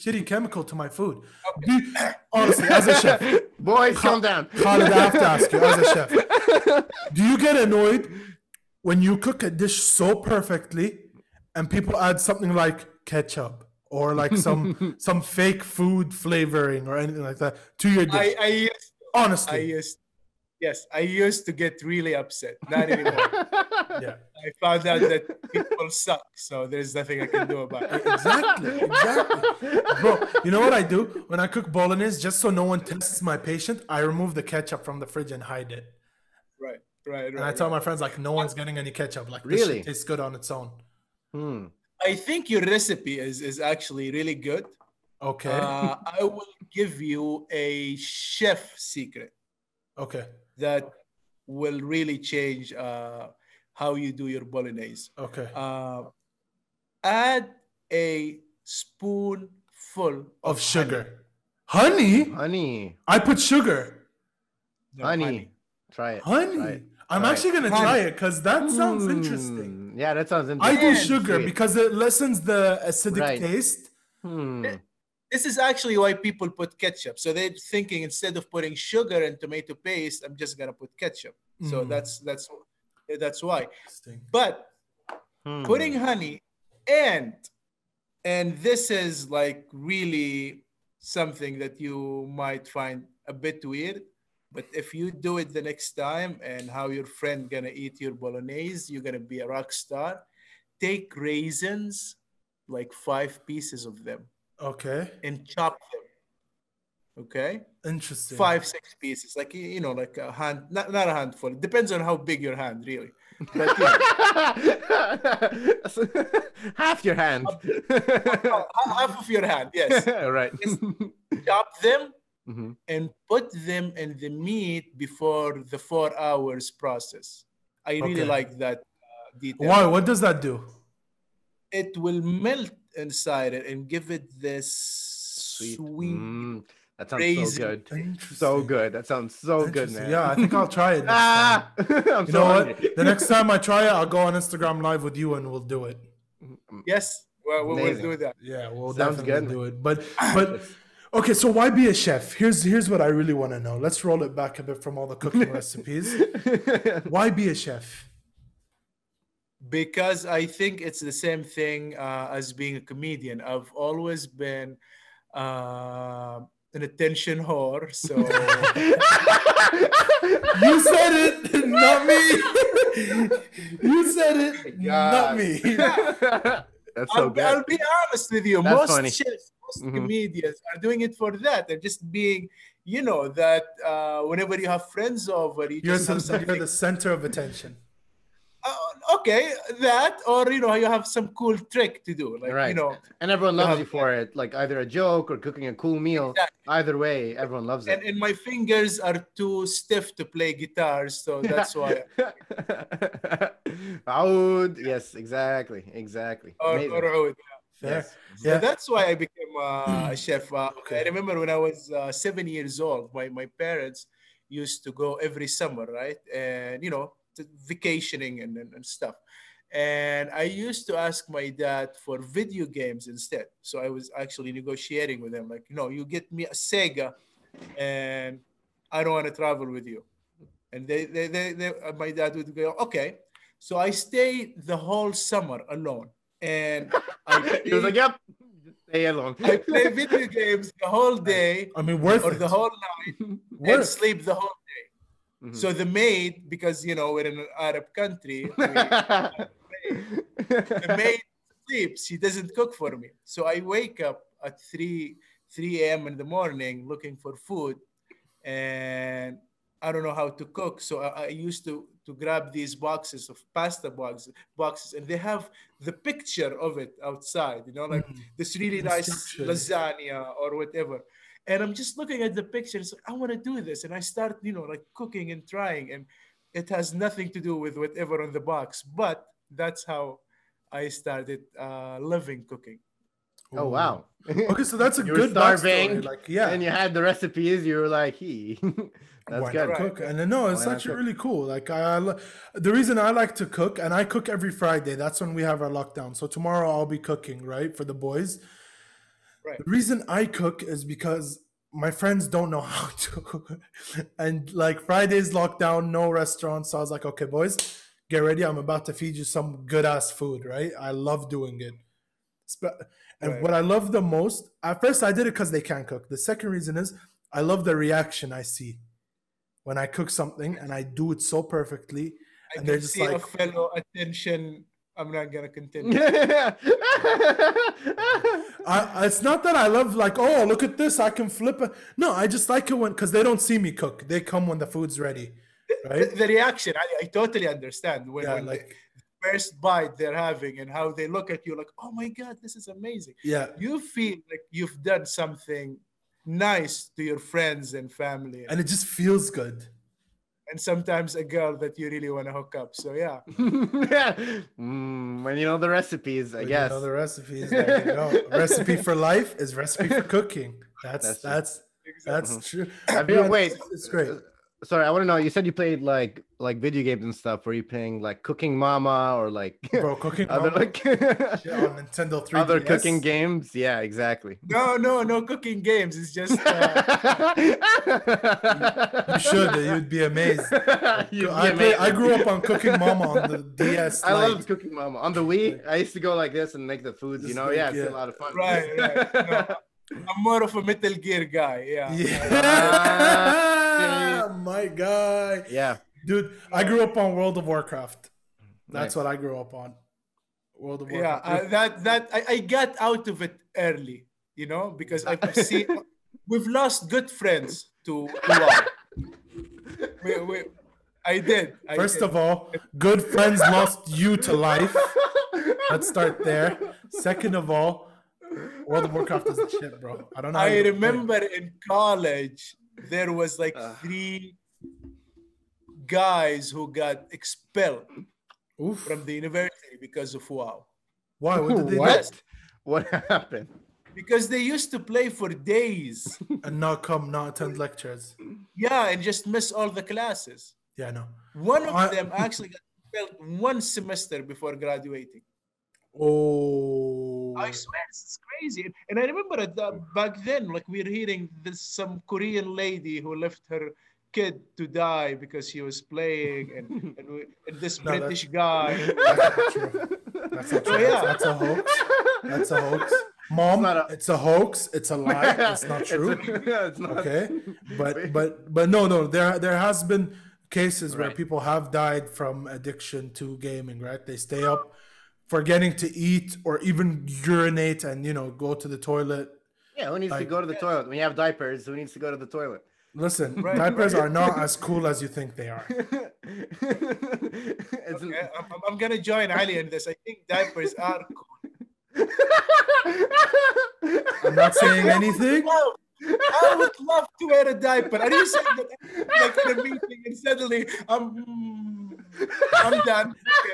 [SPEAKER 1] shitty chemical to my food? You- Honestly, as a chef,
[SPEAKER 2] boys, calm down.
[SPEAKER 1] Khalid, I have to ask you, as a chef, do you get annoyed when you cook a dish so perfectly and people add something like ketchup or like some some fake food flavoring or anything like that to your dish?
[SPEAKER 3] I, I used, I
[SPEAKER 1] Honestly,
[SPEAKER 3] used, yes, I used to get really upset. Not anymore.
[SPEAKER 1] yeah,
[SPEAKER 3] I uh, found out that people suck, so there's nothing I can do about it.
[SPEAKER 1] exactly, exactly. Bro, you know what I do when I cook bolognese? Just so no one tests my patient, I remove the ketchup from the fridge and hide it.
[SPEAKER 3] Right, right,
[SPEAKER 1] And I
[SPEAKER 3] right.
[SPEAKER 1] tell my friends like, no one's getting any ketchup. Like, this
[SPEAKER 2] Really?
[SPEAKER 1] shit tastes good on its own.
[SPEAKER 2] Hmm.
[SPEAKER 3] I think your recipe is is actually really good.
[SPEAKER 1] Okay,
[SPEAKER 3] Uh, I will give you a chef secret
[SPEAKER 1] okay,
[SPEAKER 3] that will really change uh, how you do your bolognese.
[SPEAKER 1] okay.
[SPEAKER 3] Uh, add a spoonful
[SPEAKER 1] of sugar, honey.
[SPEAKER 2] Honey.
[SPEAKER 1] I put sugar.
[SPEAKER 3] No,
[SPEAKER 2] honey. Try it. Try
[SPEAKER 1] Honey.
[SPEAKER 2] it.
[SPEAKER 1] I'm
[SPEAKER 2] Right.
[SPEAKER 1] actually gonna
[SPEAKER 3] Honey.
[SPEAKER 1] try it because that sounds interesting.
[SPEAKER 2] Mm, Yeah, that sounds
[SPEAKER 1] I
[SPEAKER 2] interesting.
[SPEAKER 1] do
[SPEAKER 3] Man,
[SPEAKER 1] sugar
[SPEAKER 2] sweet.
[SPEAKER 1] because it lessens the acidic
[SPEAKER 2] Right.
[SPEAKER 1] taste.
[SPEAKER 2] Hmm.
[SPEAKER 3] This is actually why people put ketchup. So they're thinking instead of putting sugar and tomato paste, I'm just gonna put ketchup. So
[SPEAKER 1] Mm.
[SPEAKER 3] that's that's that's why.
[SPEAKER 1] Interesting.
[SPEAKER 3] But
[SPEAKER 2] Hmm.
[SPEAKER 3] putting honey and and this is like really something that you might find a bit weird but if you do it the next time and how your friend gonna eat your bolognese you're gonna be a rock star take raisins like five pieces of them
[SPEAKER 1] Okay.
[SPEAKER 3] and chop them okay
[SPEAKER 1] Interesting.
[SPEAKER 3] five six pieces like you you know like a hand not, not a handful it depends on how big your hand really But, you know,
[SPEAKER 2] Half your hand.
[SPEAKER 3] half of your hand yes
[SPEAKER 2] right.
[SPEAKER 3] chop them
[SPEAKER 2] Mhm.
[SPEAKER 3] and put them in the meat before the four hours process. I really
[SPEAKER 1] Okay.
[SPEAKER 3] like that uh, detail.
[SPEAKER 1] Why? What does that do?
[SPEAKER 3] It will melt inside it and give it this sweet,
[SPEAKER 2] Mm, that sounds
[SPEAKER 3] Crazy.
[SPEAKER 2] so good.
[SPEAKER 1] Interesting.
[SPEAKER 2] So good. That sounds so good,
[SPEAKER 1] Interesting.
[SPEAKER 2] man.
[SPEAKER 1] Yeah, I think I'll try it. Next time.
[SPEAKER 2] Ah, I'm
[SPEAKER 1] You
[SPEAKER 2] so
[SPEAKER 1] know what?
[SPEAKER 2] hungry.
[SPEAKER 1] The next time I try it, I'll go on Instagram live with you and we'll do it.
[SPEAKER 3] Yes, well, we will
[SPEAKER 2] Amazing.
[SPEAKER 3] do that.
[SPEAKER 1] Yeah, we'll
[SPEAKER 2] Sounds
[SPEAKER 1] definitely
[SPEAKER 2] good.
[SPEAKER 1] do it. But but okay, so why be a chef? Here's here's what I really want to know. Let's roll it back a bit from all the cooking recipes. Why be a chef?
[SPEAKER 3] Because I think it's the same thing uh, as being a comedian. I've always been uh, an attention whore, so
[SPEAKER 1] You said it, not me. you said it, not
[SPEAKER 2] God.
[SPEAKER 1] me.
[SPEAKER 2] That's so
[SPEAKER 3] I'll,
[SPEAKER 2] good.
[SPEAKER 3] I'll be honest with you.
[SPEAKER 2] That's
[SPEAKER 3] most
[SPEAKER 2] funny.
[SPEAKER 3] chefs, most
[SPEAKER 2] Mhm.
[SPEAKER 3] comedians are doing it for that. They're just being, you know, that uh, whenever you have friends over, you
[SPEAKER 1] You're,
[SPEAKER 3] just have
[SPEAKER 1] the, you're
[SPEAKER 3] something.
[SPEAKER 1] the center of attention.
[SPEAKER 3] Uh, okay, that or you know, you have some cool trick to do, like you
[SPEAKER 2] Right.
[SPEAKER 3] know,
[SPEAKER 2] and everyone loves
[SPEAKER 3] Yeah.
[SPEAKER 2] you for it. Like either a joke or cooking a cool meal.
[SPEAKER 3] Exactly.
[SPEAKER 2] Either way, everyone loves
[SPEAKER 3] and,
[SPEAKER 2] it.
[SPEAKER 3] and my fingers are too stiff to play guitar, so that's why.
[SPEAKER 2] Aoud. Yes, exactly. Exactly.
[SPEAKER 3] Or,
[SPEAKER 2] Amazing.
[SPEAKER 3] or oud.
[SPEAKER 1] Fair.
[SPEAKER 2] Yes.
[SPEAKER 3] So
[SPEAKER 1] Yeah.
[SPEAKER 3] that's why I became uh, a chef. Uh,
[SPEAKER 1] Okay.
[SPEAKER 3] I remember when I was uh, seven years old, my, my parents used to go every summer, right? And, you know, to vacationing and, and, and stuff. And I used to ask my dad for video games instead. So I was actually negotiating with him, like, no, you get me a Sega and I don't want to travel with you. And they, they, they, they, uh, my dad would go, okay. So I stayed the whole summer alone. And I
[SPEAKER 2] he was like, "Yep, just stay alone."
[SPEAKER 3] I play video games the whole day
[SPEAKER 1] I mean,
[SPEAKER 2] Oh,
[SPEAKER 1] worth
[SPEAKER 3] or
[SPEAKER 1] it.
[SPEAKER 3] the whole night and
[SPEAKER 1] worth.
[SPEAKER 3] sleep the whole day.
[SPEAKER 2] Mhm.
[SPEAKER 3] So the maid, because you know we're in an Arab country, we- the maid sleeps. She doesn't cook for me. So I wake up at three three a.m. in the morning looking for food, and I don't know how to cook. So I, I used to to grab these boxes of pasta boxes boxes, and they have the picture of it outside. You know, like
[SPEAKER 1] Mm.
[SPEAKER 3] this really nice
[SPEAKER 1] Instructions.
[SPEAKER 3] lasagna or whatever. And I'm just looking at the pictures. I want to do this, and I start, you know, like cooking and trying, and it has nothing to do with whatever on the box. But that's how I started uh, loving cooking.
[SPEAKER 2] oh wow.
[SPEAKER 1] Okay, so that's a
[SPEAKER 2] You were
[SPEAKER 1] good starving.
[SPEAKER 2] starving,
[SPEAKER 1] Like, yeah,
[SPEAKER 2] And you had the recipes. You were like, "He, that's
[SPEAKER 1] why
[SPEAKER 2] good."
[SPEAKER 1] not cook? And then, no, it's
[SPEAKER 2] Why not
[SPEAKER 1] actually
[SPEAKER 2] cook?
[SPEAKER 1] really cool. Like I, I lo- the reason I like to cook, and I cook every Friday. That's when we have our lockdown. So tomorrow I'll be cooking, right, for the boys.
[SPEAKER 3] Right.
[SPEAKER 1] The reason I cook is because my friends don't know how to, and like Friday's lockdown, no restaurants. So I was like, okay, boys, get ready. I'm about to feed you some good ass food, right? I love doing it. Spe- And
[SPEAKER 3] Right.
[SPEAKER 1] what I love the most, at first I did it because they can cook. The second reason is I love the reaction I see when I cook something and I do it so perfectly.
[SPEAKER 3] I
[SPEAKER 1] And they're
[SPEAKER 3] can
[SPEAKER 1] just
[SPEAKER 3] see a
[SPEAKER 1] like-
[SPEAKER 3] fellow attention. I'm not gonna continue.
[SPEAKER 2] yeah.
[SPEAKER 1] I, it's not that I love like, oh, look at this, I can flip it. No, I just like it when because they don't see me cook. They come when the food's ready,
[SPEAKER 3] the,
[SPEAKER 1] right?
[SPEAKER 3] the reaction, I, I totally understand when,
[SPEAKER 1] Yeah,
[SPEAKER 3] when
[SPEAKER 1] like
[SPEAKER 3] the first bite they're having and how they look at you, like, oh my god, this is amazing.
[SPEAKER 1] yeah,
[SPEAKER 3] You feel like you've done something nice to your friends and family, and,
[SPEAKER 1] and it just feels good.
[SPEAKER 3] and sometimes a girl that you really want to hook up. So yeah,
[SPEAKER 2] Mm, when you know the recipes, I
[SPEAKER 1] But,
[SPEAKER 2] guess.
[SPEAKER 1] you know, the recipes. There you go. recipe for life is recipe for cooking. That's
[SPEAKER 2] That's it.
[SPEAKER 1] that's that's,
[SPEAKER 3] exactly.
[SPEAKER 1] true.
[SPEAKER 2] Have you-
[SPEAKER 1] Yeah,
[SPEAKER 2] wait,
[SPEAKER 1] it's- it's great.
[SPEAKER 2] sorry, I want to know. You said you played like like video games and stuff. Were you playing like Cooking Mama or like
[SPEAKER 1] Bro, cooking
[SPEAKER 2] other
[SPEAKER 1] mama
[SPEAKER 2] like
[SPEAKER 1] shit on Nintendo 3DS.
[SPEAKER 2] other cooking games? Yeah, exactly.
[SPEAKER 3] No, no, no cooking games. It's just uh,
[SPEAKER 1] I'm sure that you'd be amazed.
[SPEAKER 2] You'd
[SPEAKER 1] I,
[SPEAKER 2] be
[SPEAKER 1] play, I
[SPEAKER 2] amazed.
[SPEAKER 1] grew up on Cooking Mama on the DS.
[SPEAKER 2] I
[SPEAKER 1] like,
[SPEAKER 2] loved Cooking Mama. On the Wii, I used to go like this and make the foods, you
[SPEAKER 1] Just
[SPEAKER 2] know?
[SPEAKER 1] like,
[SPEAKER 2] yeah, it's
[SPEAKER 1] yeah.
[SPEAKER 2] a lot of fun.
[SPEAKER 3] Right, right. No. I'm more of a Metal Gear guy. Yeah.
[SPEAKER 1] Yeah, my guy,
[SPEAKER 2] yeah.
[SPEAKER 1] dude. I grew up on World of Warcraft. That's
[SPEAKER 2] Nice.
[SPEAKER 1] what I grew up on. World of
[SPEAKER 3] yeah
[SPEAKER 1] Warcraft.
[SPEAKER 3] uh, that that I, I got out of it early you know because i see we've lost good friends to to WoW. we, we, i did I
[SPEAKER 1] First
[SPEAKER 3] did.
[SPEAKER 1] of all, good friends lost you to life. Let's start there. Second of all, World of Warcraft is the shit, bro. I don't know. how
[SPEAKER 3] i
[SPEAKER 1] you don't play it.
[SPEAKER 3] remember in college there was like
[SPEAKER 2] Ah.
[SPEAKER 3] three guys who got expelled
[SPEAKER 1] Oof.
[SPEAKER 3] from the university because of wow
[SPEAKER 1] Why? What did they
[SPEAKER 2] What? What happened?
[SPEAKER 3] because they used to play for days
[SPEAKER 1] do? And not come, not attend lectures.
[SPEAKER 3] yeah and just miss all the classes
[SPEAKER 1] Yeah, no.
[SPEAKER 3] One of
[SPEAKER 1] I-
[SPEAKER 3] them actually got expelled one semester before graduating.
[SPEAKER 1] Oh.
[SPEAKER 3] I swear, it's crazy. And I remember at the, back then, like we were hearing this some Korean lady who left her kid to die because she was playing, and and, we, and this
[SPEAKER 1] No, that-
[SPEAKER 3] British guy.
[SPEAKER 1] That's not true. That's not true.
[SPEAKER 3] Oh, yeah.
[SPEAKER 1] That's a hoax. That's a hoax. Mom,
[SPEAKER 2] not a-
[SPEAKER 1] it's a hoax. It's a lie. It's not
[SPEAKER 2] It's
[SPEAKER 1] true.
[SPEAKER 2] a- yeah, it's not-
[SPEAKER 1] okay but
[SPEAKER 2] Wait.
[SPEAKER 1] but but no no there there has been cases where
[SPEAKER 2] Right.
[SPEAKER 1] people have died from addiction to gaming right they stay up forgetting to eat or even urinate and you know go to the toilet
[SPEAKER 2] Yeah, who needs to
[SPEAKER 1] Like-
[SPEAKER 2] go to the toilet? When you have diapers, who needs to go to the toilet?
[SPEAKER 1] listen
[SPEAKER 3] Right,
[SPEAKER 1] diapers
[SPEAKER 3] right.
[SPEAKER 1] are not as cool as you think they are
[SPEAKER 2] It's an-
[SPEAKER 3] Okay, I'm, I'm- I'm gonna join Ali in this. I think diapers are cool.
[SPEAKER 1] i'm not saying anything
[SPEAKER 3] Love- I would love to wear a diaper. Are you saying that I'm, like in a meeting and suddenly I'm I'm done? Okay.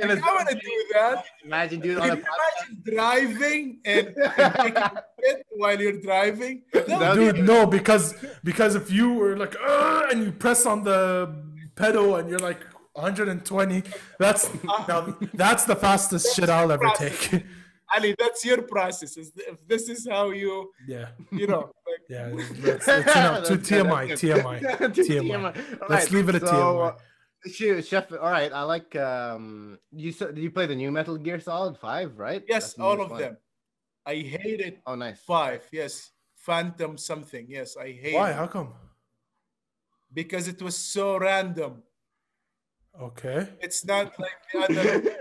[SPEAKER 2] In a-
[SPEAKER 3] Like, I want to do that.
[SPEAKER 2] Imagine doing
[SPEAKER 3] Can
[SPEAKER 2] on a
[SPEAKER 3] you imagine driving and, and taking a shit while you're driving? That would
[SPEAKER 2] That'd
[SPEAKER 3] be-
[SPEAKER 1] dude no because because if you were like "Ugh," and you press on the pedal and you're like 120 that's now, that's the fastest shit i'll ever take
[SPEAKER 3] Ali, that's your process. Is- If this is how you,
[SPEAKER 1] yeah
[SPEAKER 3] you know, like,
[SPEAKER 1] Yeah, that's, that's enough. To
[SPEAKER 2] That's good,
[SPEAKER 1] TMI,
[SPEAKER 2] that's good.
[SPEAKER 1] TMI, TMI.
[SPEAKER 2] All
[SPEAKER 1] Let's
[SPEAKER 2] right,
[SPEAKER 1] leave it at
[SPEAKER 2] so,
[SPEAKER 1] TMI.
[SPEAKER 2] uh, Shoot, chef. All right, I like. um You said you play the new Metal Gear Solid Five, right?
[SPEAKER 3] yes,
[SPEAKER 2] That's the
[SPEAKER 3] all
[SPEAKER 2] newest
[SPEAKER 3] of
[SPEAKER 2] one.
[SPEAKER 3] them. I hate it.
[SPEAKER 2] Oh, nice.
[SPEAKER 3] Five, yes. Phantom something. Yes, I hate
[SPEAKER 1] Why?
[SPEAKER 3] it.
[SPEAKER 1] How come?
[SPEAKER 3] because it was so random.
[SPEAKER 1] Okay.
[SPEAKER 3] It's not like the other.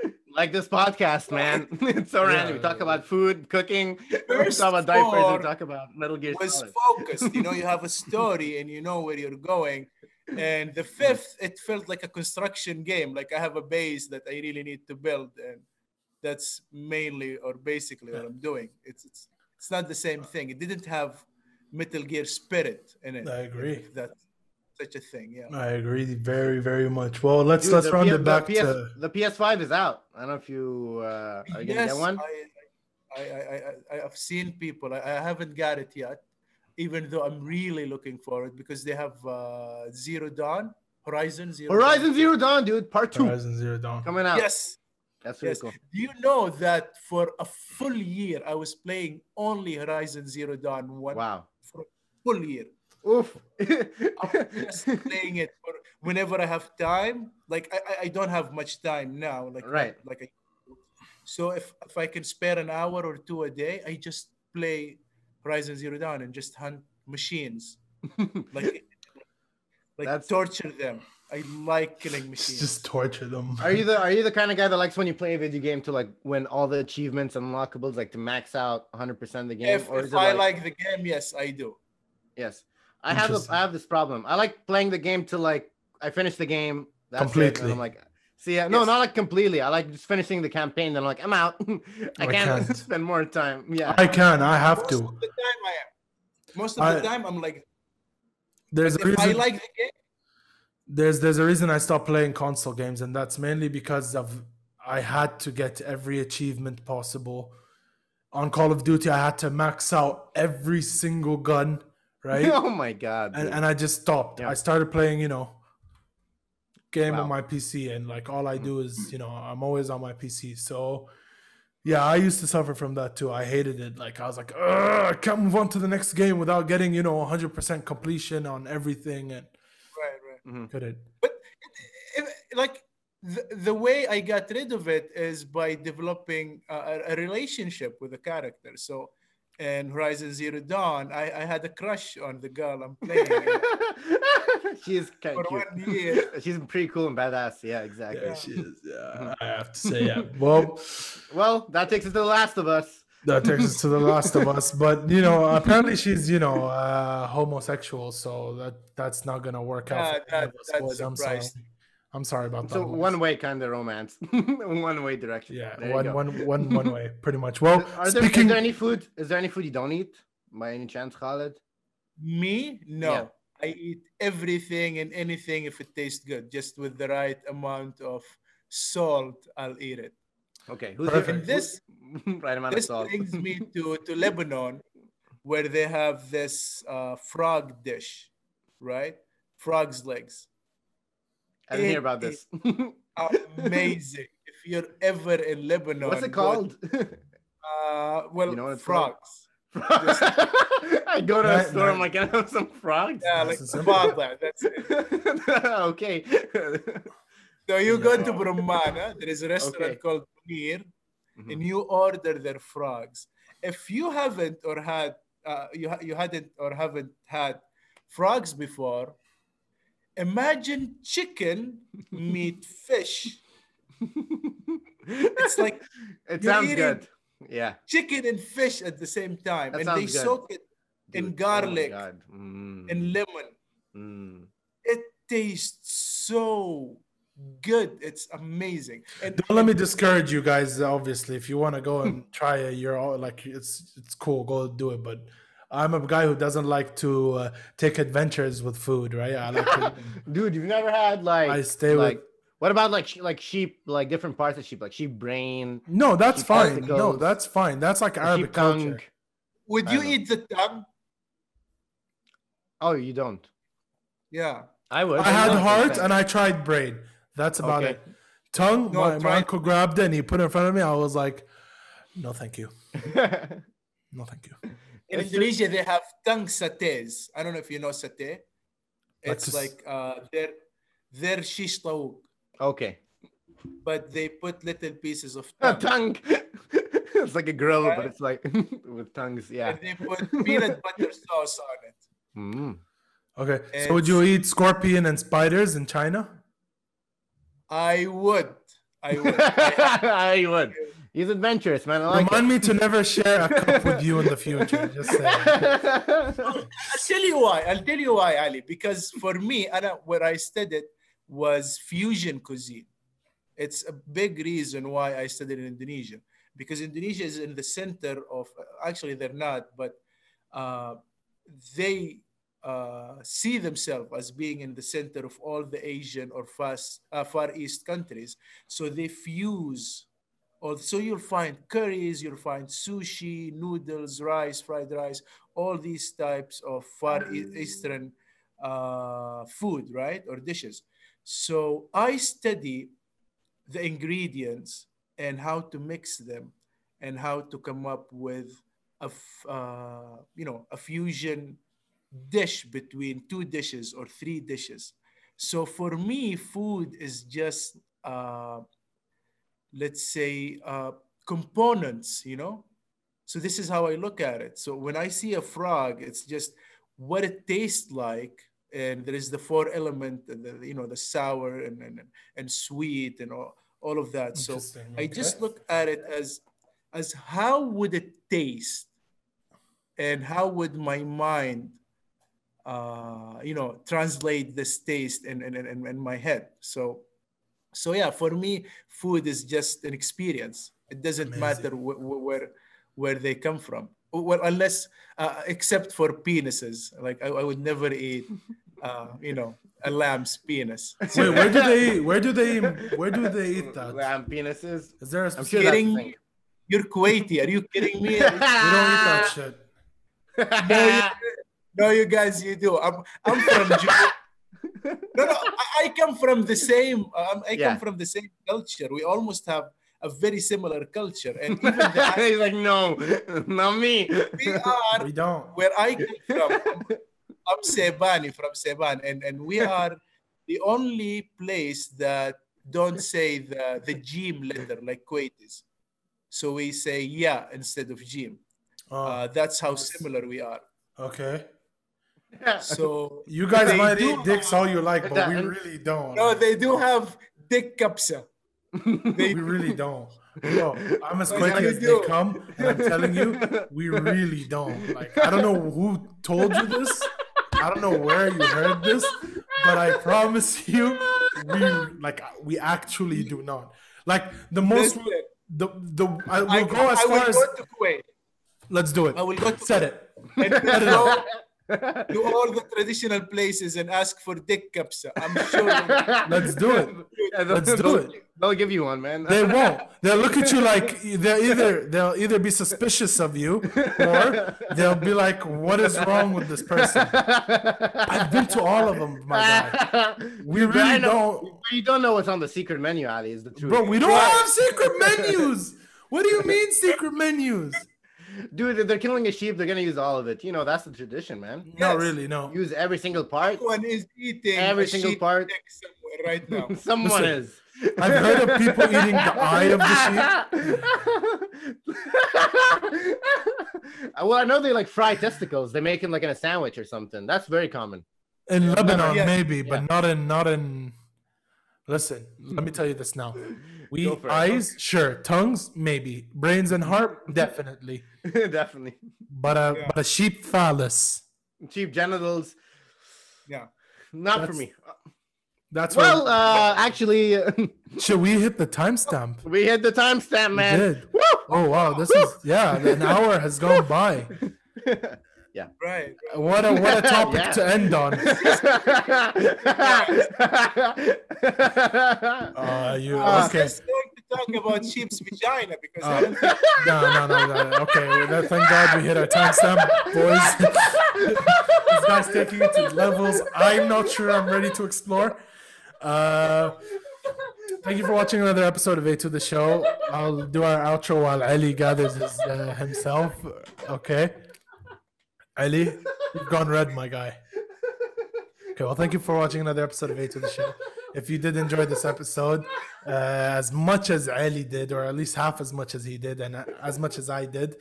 [SPEAKER 2] like this podcast, man. it's so
[SPEAKER 1] Yeah,
[SPEAKER 2] random. We talk
[SPEAKER 1] yeah.
[SPEAKER 2] about food, cooking. We
[SPEAKER 3] First
[SPEAKER 2] talk about diapers.
[SPEAKER 3] four
[SPEAKER 2] We talk about Metal Gear
[SPEAKER 3] was
[SPEAKER 2] Solid.
[SPEAKER 3] focused. You know, you have a story and you know where you're going. And the fifth, it felt like a construction game. Like I have a base that I really need to build, and that's mainly or basically what I'm doing. It's it's it's not the same thing. It didn't have Metal Gear spirit in it.
[SPEAKER 1] I agree.
[SPEAKER 3] If That's such a thing. Yeah.
[SPEAKER 1] I agree very, very much. Well, let's
[SPEAKER 2] Dude,
[SPEAKER 1] let's
[SPEAKER 2] the
[SPEAKER 1] round
[SPEAKER 2] P-
[SPEAKER 1] it back
[SPEAKER 2] the PS,
[SPEAKER 1] to
[SPEAKER 2] the PS5 is out. I don't know if you uh, are you gonna get one.
[SPEAKER 3] I, I, I, I, I, I've seen people. I, I haven't got it yet, even though I'm really looking for it because they have uh, Zero Dawn, Horizon Zero. Dawn.
[SPEAKER 2] Horizon Zero Dawn, dude, part two
[SPEAKER 1] Horizon Zero Dawn.
[SPEAKER 2] coming out.
[SPEAKER 3] Yes.
[SPEAKER 2] that's really
[SPEAKER 3] yes.
[SPEAKER 2] cool.
[SPEAKER 3] Do you know that for a full year I was playing only Horizon Zero Dawn one
[SPEAKER 2] Wow.
[SPEAKER 3] for a full year.
[SPEAKER 2] Oof.
[SPEAKER 3] I'm just playing it for whenever I have time. Like I, I- I don't have much time now. Like
[SPEAKER 2] Right.
[SPEAKER 3] Like I, so if if I can spare an hour or two a day, I just play Horizon Zero Dawn and just hunt machines, like like
[SPEAKER 2] That's-
[SPEAKER 3] torture them. I like killing machines.
[SPEAKER 1] Just torture them.
[SPEAKER 2] Are you the are you the kind of guy that likes when you play a video game to like win all the achievements and unlockables, like to max out 100 percent of the game?
[SPEAKER 3] if if I like the game, yes, I do.
[SPEAKER 2] yes, I have a,
[SPEAKER 1] Interesting.
[SPEAKER 2] I have this problem. I like playing the game to like I finish the game that's it,
[SPEAKER 1] Completely.
[SPEAKER 2] and I'm like, see, yeah, no,
[SPEAKER 3] Yes.
[SPEAKER 2] not like completely. I like just finishing the campaign. Then I'm like, I'm out. I
[SPEAKER 1] I
[SPEAKER 2] can't
[SPEAKER 1] can't.
[SPEAKER 2] spend more time. Yeah,
[SPEAKER 1] I can. I have
[SPEAKER 3] Most
[SPEAKER 1] to.
[SPEAKER 3] of the time, I am. Most of
[SPEAKER 1] I-
[SPEAKER 3] the time, I'm like.
[SPEAKER 1] There's a
[SPEAKER 3] If I
[SPEAKER 1] reason.
[SPEAKER 3] like the game,
[SPEAKER 1] there's there's a reason I stopped playing console games, and that's mainly because of I had to get every achievement possible. On Call of Duty, I had to max out every single gun, right?
[SPEAKER 2] oh my god.
[SPEAKER 1] and,
[SPEAKER 2] dude.
[SPEAKER 1] and I just stopped.
[SPEAKER 2] Yeah.
[SPEAKER 1] I started playing, you know, game
[SPEAKER 2] Wow. Mm-hmm.
[SPEAKER 1] on my PC, and like all I do is, you know, I'm always on my PC. So, yeah, I used to suffer from that too. I hated it. Like I was like, Ugh, I can't move on to the next game without getting, you know, 100% completion on everything, and
[SPEAKER 3] right, right.
[SPEAKER 1] couldn't.
[SPEAKER 3] If- like the, the way I got rid of it is by developing a, a- a relationship with the character. So in Horizon Zero Dawn, I, I had a crush on the girl I'm playing. and
[SPEAKER 2] She's kind
[SPEAKER 3] For
[SPEAKER 2] of
[SPEAKER 3] one year.
[SPEAKER 2] cute. She's pretty cool and badass. Yeah, exactly.
[SPEAKER 1] Yeah, she is. Yeah, I have to say, yeah. Well,
[SPEAKER 2] Well, that takes us to The Last of Us.
[SPEAKER 1] that takes us to the Last of Us, but you know, apparently she's, you know, uh, homosexual, so that that's not gonna work out.
[SPEAKER 3] Yeah,
[SPEAKER 1] for any
[SPEAKER 3] that-
[SPEAKER 1] of us,
[SPEAKER 3] that's
[SPEAKER 1] boys. I'm sorry.
[SPEAKER 3] surprising.
[SPEAKER 1] I'm sorry about that.
[SPEAKER 2] So
[SPEAKER 1] boys.
[SPEAKER 2] one way kind of romance, one way direction.
[SPEAKER 1] Yeah,
[SPEAKER 2] There you
[SPEAKER 1] one,
[SPEAKER 2] go.
[SPEAKER 1] one, one, one way, pretty much. Well,
[SPEAKER 2] Are there, is
[SPEAKER 1] speaking,
[SPEAKER 2] there any food? Is there any food you don't eat by any chance, Khaled?
[SPEAKER 3] Me? No.
[SPEAKER 2] Yeah.
[SPEAKER 3] I eat everything and anything if it tastes good, just with the right amount of salt, I'll eat it.
[SPEAKER 2] Okay, who's
[SPEAKER 1] Perfect.
[SPEAKER 2] your-
[SPEAKER 1] And
[SPEAKER 3] this-
[SPEAKER 2] who- right amount
[SPEAKER 3] this
[SPEAKER 2] of salt?
[SPEAKER 3] brings me to, to Lebanon, where they have this uh, frog dish, right? Frog's legs.
[SPEAKER 2] I didn't hear
[SPEAKER 3] it-
[SPEAKER 2] about this.
[SPEAKER 3] Amazing. if you're ever in Lebanon,
[SPEAKER 2] What's it
[SPEAKER 3] go-
[SPEAKER 2] called?
[SPEAKER 3] Uh, well,
[SPEAKER 2] You know what it's called?
[SPEAKER 3] frogs.
[SPEAKER 2] I go to a
[SPEAKER 1] Right,
[SPEAKER 2] store. I'm
[SPEAKER 1] right.
[SPEAKER 2] like, can I have some frogs?
[SPEAKER 3] Yeah, like
[SPEAKER 1] That's the simple-
[SPEAKER 3] Brahman, That's it.
[SPEAKER 2] okay.
[SPEAKER 3] So you go
[SPEAKER 2] Yeah.
[SPEAKER 3] to Brahmana, there is a restaurant
[SPEAKER 2] Okay.
[SPEAKER 3] called Munir,
[SPEAKER 2] Mhm.
[SPEAKER 3] and you order their frogs. If you haven't or had uh, you ha- you hadn't or haven't had frogs before, imagine chicken meat fish. It's like
[SPEAKER 2] it
[SPEAKER 3] you're
[SPEAKER 2] sounds
[SPEAKER 3] eating-
[SPEAKER 2] good. Yeah.
[SPEAKER 3] chicken and fish at the same time,
[SPEAKER 2] That
[SPEAKER 3] and they
[SPEAKER 2] sounds good.
[SPEAKER 3] soak it And
[SPEAKER 2] Dude,
[SPEAKER 3] garlic.
[SPEAKER 2] Oh my God. Mm,
[SPEAKER 3] in lemon.
[SPEAKER 2] mm.
[SPEAKER 3] It tastes so good. It's amazing. And
[SPEAKER 1] don't let me discourage you guys. Obviously, if you want to go and try it, you're all like, it's it's cool, go do it. But I'm a guy who doesn't like to uh, take adventures with food, right? I like to,
[SPEAKER 2] Dude, you've never had like
[SPEAKER 1] I stay
[SPEAKER 2] like
[SPEAKER 1] with.
[SPEAKER 2] what about like sh- like sheep like different parts of sheep like sheep brain,
[SPEAKER 1] No, that's
[SPEAKER 2] She
[SPEAKER 1] fine. No,
[SPEAKER 2] testicles.
[SPEAKER 1] that's fine. That's like
[SPEAKER 2] sheep
[SPEAKER 1] Arabic
[SPEAKER 2] tongue.
[SPEAKER 1] culture.
[SPEAKER 3] would
[SPEAKER 2] I
[SPEAKER 3] you
[SPEAKER 2] know.
[SPEAKER 3] eat the tongue?
[SPEAKER 2] Oh, you don't.
[SPEAKER 3] Yeah.
[SPEAKER 2] I would.
[SPEAKER 1] I had heart and I tried brain. That's about
[SPEAKER 2] Okay.
[SPEAKER 1] it. Tongue,
[SPEAKER 3] No,
[SPEAKER 1] my, my
[SPEAKER 3] try-
[SPEAKER 1] uncle grabbed it and he put it in front of me. I was like, no, thank you.
[SPEAKER 2] I.
[SPEAKER 1] No, thank you.
[SPEAKER 3] In
[SPEAKER 2] It's
[SPEAKER 3] Indonesia, they have tongue satés. I don't know if you know satay. It's
[SPEAKER 1] That's-
[SPEAKER 3] like uh, their their shish tawuk,
[SPEAKER 2] okay.
[SPEAKER 3] but they put little pieces of
[SPEAKER 2] A
[SPEAKER 3] tongue.
[SPEAKER 2] tongue. it's like a grill, but
[SPEAKER 3] Right?
[SPEAKER 2] it's like with tongues. Yeah.
[SPEAKER 3] And they put peanut butter sauce on it.
[SPEAKER 2] Mm.
[SPEAKER 1] Okay. so would you eat scorpion and spiders in China?
[SPEAKER 3] I would. I would.
[SPEAKER 2] I would. He's adventurous, man. I like
[SPEAKER 1] Remind me to never share a cup with you in the future. Just saying.
[SPEAKER 2] it.
[SPEAKER 3] I'll tell you why. I'll tell you why, Ali. Because for me, Anna, where I studied was fusion cuisine. It's a big reason why I studied in Indonesia because Indonesia is in the center of. Actually, they're not, but uh, they uh, see themselves as being in the center of all the Asian or fast, uh, Far East countries. So they fuse. Also, you'll find curries, you'll find sushi, noodles, rice, fried rice, all these types of Far E- Eastern uh, food, right, or dishes. So I study the ingredients and how to mix them and how to come up with a f- uh, you know a fusion dish between two dishes or three dishes so for me food is just uh, let's say uh, components you know so this is how i look at it so when i see a frog it's just what it tastes like and there is the four element and the, you know the sour and, and and sweet and all, all of that so
[SPEAKER 1] Interesting,
[SPEAKER 3] i just
[SPEAKER 1] okay.
[SPEAKER 3] look at it as as how would it taste and how would my mind uh, you know translate this taste in, in, in, in my head so so yeah for me food is just an experience it doesn't matter wh- wh- where where they come from well unless uh, except for penises like i, I would never eat uh, you know a lamb's penis
[SPEAKER 1] Wait, where do they where do they where do they eat that?
[SPEAKER 2] Lamb penises.
[SPEAKER 1] Is there a
[SPEAKER 2] I'm sure
[SPEAKER 1] specific
[SPEAKER 2] that's
[SPEAKER 3] Kidding
[SPEAKER 2] a thing.
[SPEAKER 3] you're kuwaiti are you kidding me
[SPEAKER 1] we don't eat that shit.
[SPEAKER 3] No, you- No, you guys, you do. I'm, I'm from. Ju- no, no, I, I come from the same. Um, I
[SPEAKER 2] Yeah.
[SPEAKER 3] come from the same culture. We almost have a very similar culture, and even the,
[SPEAKER 2] He's like, no, not me.
[SPEAKER 3] we are
[SPEAKER 1] We don't.
[SPEAKER 3] where I come from, I'm Sebani from Seban, and, and we are the only place that don't say the the jim letter like Kuwait is. So we say yeah instead of jim.
[SPEAKER 1] Oh,
[SPEAKER 3] Uh, that's how similar we are.
[SPEAKER 1] okay.
[SPEAKER 3] So
[SPEAKER 1] You guys
[SPEAKER 3] they
[SPEAKER 1] might
[SPEAKER 3] do-
[SPEAKER 1] eat dicks all you like, but we
[SPEAKER 2] That-
[SPEAKER 1] really don't.
[SPEAKER 3] no, they do have dick kapsa.
[SPEAKER 1] we really don't. Bro, I'm as
[SPEAKER 3] Like,
[SPEAKER 1] quick
[SPEAKER 3] you
[SPEAKER 1] as they
[SPEAKER 3] do.
[SPEAKER 1] come, and I'm telling you, we really don't. Like, I don't know who told you this. I don't know where you heard this, but I promise you, we like we actually do not. Like the most,
[SPEAKER 3] Listen,
[SPEAKER 1] the the I will
[SPEAKER 3] I,
[SPEAKER 1] go as
[SPEAKER 3] I
[SPEAKER 1] far
[SPEAKER 3] will
[SPEAKER 1] as
[SPEAKER 3] go to Kuwait
[SPEAKER 1] let's do it.
[SPEAKER 3] I will go to-
[SPEAKER 1] Said it.
[SPEAKER 3] and go to all the traditional places and ask for dick kapsa. I'm sure.
[SPEAKER 1] Let's do it.
[SPEAKER 2] Yeah, they'll-
[SPEAKER 1] Let's do
[SPEAKER 2] they'll-
[SPEAKER 1] it.
[SPEAKER 2] They'll give you one, man.
[SPEAKER 1] They won't. They'll look at you like they'll either they'll either be suspicious of you or they'll be like, "What is wrong with this person?" I've been to all of them, my guy. We
[SPEAKER 2] But I
[SPEAKER 1] really
[SPEAKER 2] know-
[SPEAKER 1] don't,
[SPEAKER 2] but You don't know what's on the secret menu, Ali. Is the truth,
[SPEAKER 1] bro. We don't have secret menus. What do you mean secret menus?
[SPEAKER 2] dude? If they're killing a sheep, they're gonna use all of it. You know that's the tradition, man.
[SPEAKER 1] No,
[SPEAKER 3] Yes.
[SPEAKER 1] really, no.
[SPEAKER 2] Use every single part.
[SPEAKER 3] Everyone is eating
[SPEAKER 2] Every
[SPEAKER 3] a
[SPEAKER 2] single
[SPEAKER 3] sheep
[SPEAKER 2] part.
[SPEAKER 3] dick somewhere right now.
[SPEAKER 2] Someone
[SPEAKER 1] Listen,
[SPEAKER 2] is.
[SPEAKER 1] I've heard of people eating the eye of the
[SPEAKER 2] sheep. well, I know they like fry testicles. They make them like in a sandwich or something. That's very common.
[SPEAKER 1] sheep in Lebanon,
[SPEAKER 3] yes.
[SPEAKER 1] maybe, but
[SPEAKER 2] Yeah.
[SPEAKER 1] not in not in. Listen, let me tell you this now. We
[SPEAKER 2] Go for it.
[SPEAKER 1] eyes, sure. Tongues, maybe. Brains and heart, definitely.
[SPEAKER 2] Definitely.
[SPEAKER 1] But a
[SPEAKER 3] Yeah.
[SPEAKER 1] but a sheep phallus.
[SPEAKER 2] Cheap genitals.
[SPEAKER 3] Yeah.
[SPEAKER 2] Not for
[SPEAKER 1] That's-
[SPEAKER 2] me.
[SPEAKER 1] That's
[SPEAKER 2] Well,
[SPEAKER 1] what-
[SPEAKER 2] uh, actually,
[SPEAKER 1] should we hit the timestamp?
[SPEAKER 2] we hit the timestamp, man.
[SPEAKER 1] did.
[SPEAKER 2] Woo!
[SPEAKER 1] Oh wow, this is yeah. An hour has gone by.
[SPEAKER 3] Right.
[SPEAKER 1] What a what a topic
[SPEAKER 2] Yeah.
[SPEAKER 1] to end on. Uh, you
[SPEAKER 3] I was
[SPEAKER 1] okay?
[SPEAKER 3] just going to talk about sheep's vagina because I
[SPEAKER 1] Uh,
[SPEAKER 3] don't think
[SPEAKER 1] no, no, no, no, no. Okay, well, that- thank God we hit our timestamp, boys. this guy's taking it to levels I'm not sure I'm ready to explore. Uh, thank you for watching another episode of A to the Show. I'll do our outro while Ali gathers his, uh, himself. Okay. Ali, you've gone red, my guy. Okay, well, thank you for watching another episode of A to the Show. If you did enjoy this episode, uh, as much as Ali did, or at least half as much as he did, and uh, as much as I did,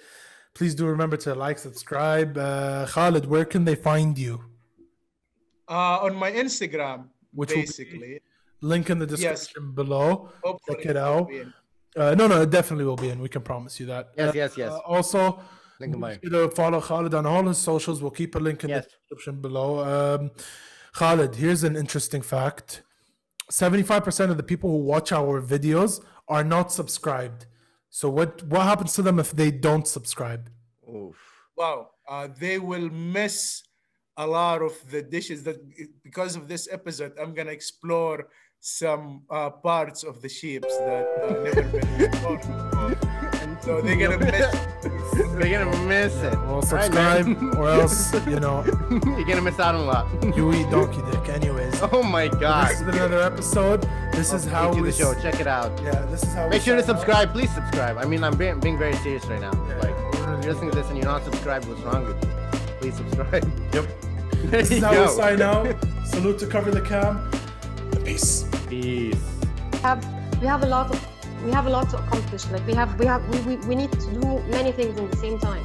[SPEAKER 1] please do remember to like, subscribe. Uh, Khalid, where can they find you?
[SPEAKER 3] uh, on my Instagram,
[SPEAKER 1] Which will be
[SPEAKER 3] basically.
[SPEAKER 1] Link in the description below.
[SPEAKER 3] Hopefully
[SPEAKER 1] Check it
[SPEAKER 3] it'll
[SPEAKER 1] out.
[SPEAKER 3] be in.
[SPEAKER 1] Uh, no, no, it definitely will be in. We can promise you that.
[SPEAKER 2] Yes,
[SPEAKER 1] Uh,
[SPEAKER 2] yes, yes.
[SPEAKER 1] uh, also,
[SPEAKER 2] Link in bio.
[SPEAKER 1] you know, follow Khalid on all his socials. We'll keep a link in
[SPEAKER 2] Yes.
[SPEAKER 1] the description below. Um, Khalid, here's an interesting fact 75% of the people who watch our videos are not subscribed. So, what, what happens to them if they don't subscribe?
[SPEAKER 2] Oof.
[SPEAKER 3] Wow. Uh, they will miss a lot of the dishes that because of this episode, I'm going to explore some uh, parts of the sheeps that uh, never been explored before. So they're going to miss.
[SPEAKER 2] They're gonna miss it.
[SPEAKER 1] Well,
[SPEAKER 2] All right,
[SPEAKER 1] subscribe,
[SPEAKER 2] man.
[SPEAKER 1] or else, you know,
[SPEAKER 2] You're gonna miss out on a lot.
[SPEAKER 1] you eat donkey dick. Anyways,
[SPEAKER 2] Oh my
[SPEAKER 1] this is
[SPEAKER 2] god.
[SPEAKER 1] another episode. This is how
[SPEAKER 2] Into
[SPEAKER 1] we
[SPEAKER 2] the show. Check it out.
[SPEAKER 1] Yeah, this is how we
[SPEAKER 2] Make sure to
[SPEAKER 1] sign off.
[SPEAKER 2] subscribe. Please subscribe. I mean, I'm being, being very serious right now.
[SPEAKER 1] Yeah.
[SPEAKER 2] Like, if you're listening to this and you're not subscribed, what's wrong with you? Please subscribe. Yep. There
[SPEAKER 1] This
[SPEAKER 2] you
[SPEAKER 1] is how we
[SPEAKER 2] go.
[SPEAKER 1] sign out. Salute to cover the cam. Peace.
[SPEAKER 2] Peace.
[SPEAKER 4] have we have a lot of we have a lot to accomplish like we have we have we, we, we need to do many things in the same time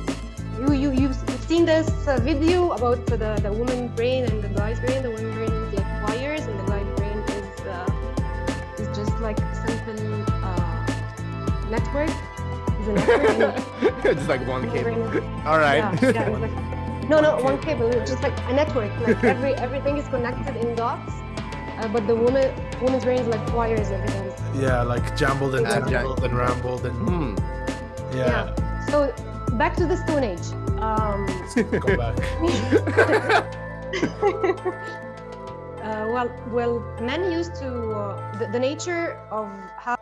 [SPEAKER 4] you you you've, you've seen this uh, video about the the woman brain and the guy's brain the woman brain is like wires and the guy's brain is uh, is just like a simple uh, network is a network and the
[SPEAKER 2] Just like one
[SPEAKER 4] woman
[SPEAKER 2] cable.
[SPEAKER 4] brain is-
[SPEAKER 2] All right.
[SPEAKER 4] yeah, yeah, it's like- no, no, one cable, it's just like a network. Like every everything is connected in dots, uh, but the woman woman's brain is like wires. Everything is
[SPEAKER 1] Yeah, like jumbled and
[SPEAKER 4] Yeah.
[SPEAKER 1] tangled and rambled and
[SPEAKER 2] Hmm.
[SPEAKER 1] yeah.
[SPEAKER 4] yeah. So back to the Stone Age. Um,
[SPEAKER 1] Go back.
[SPEAKER 4] uh, well, well, men used to uh, the, the nature of how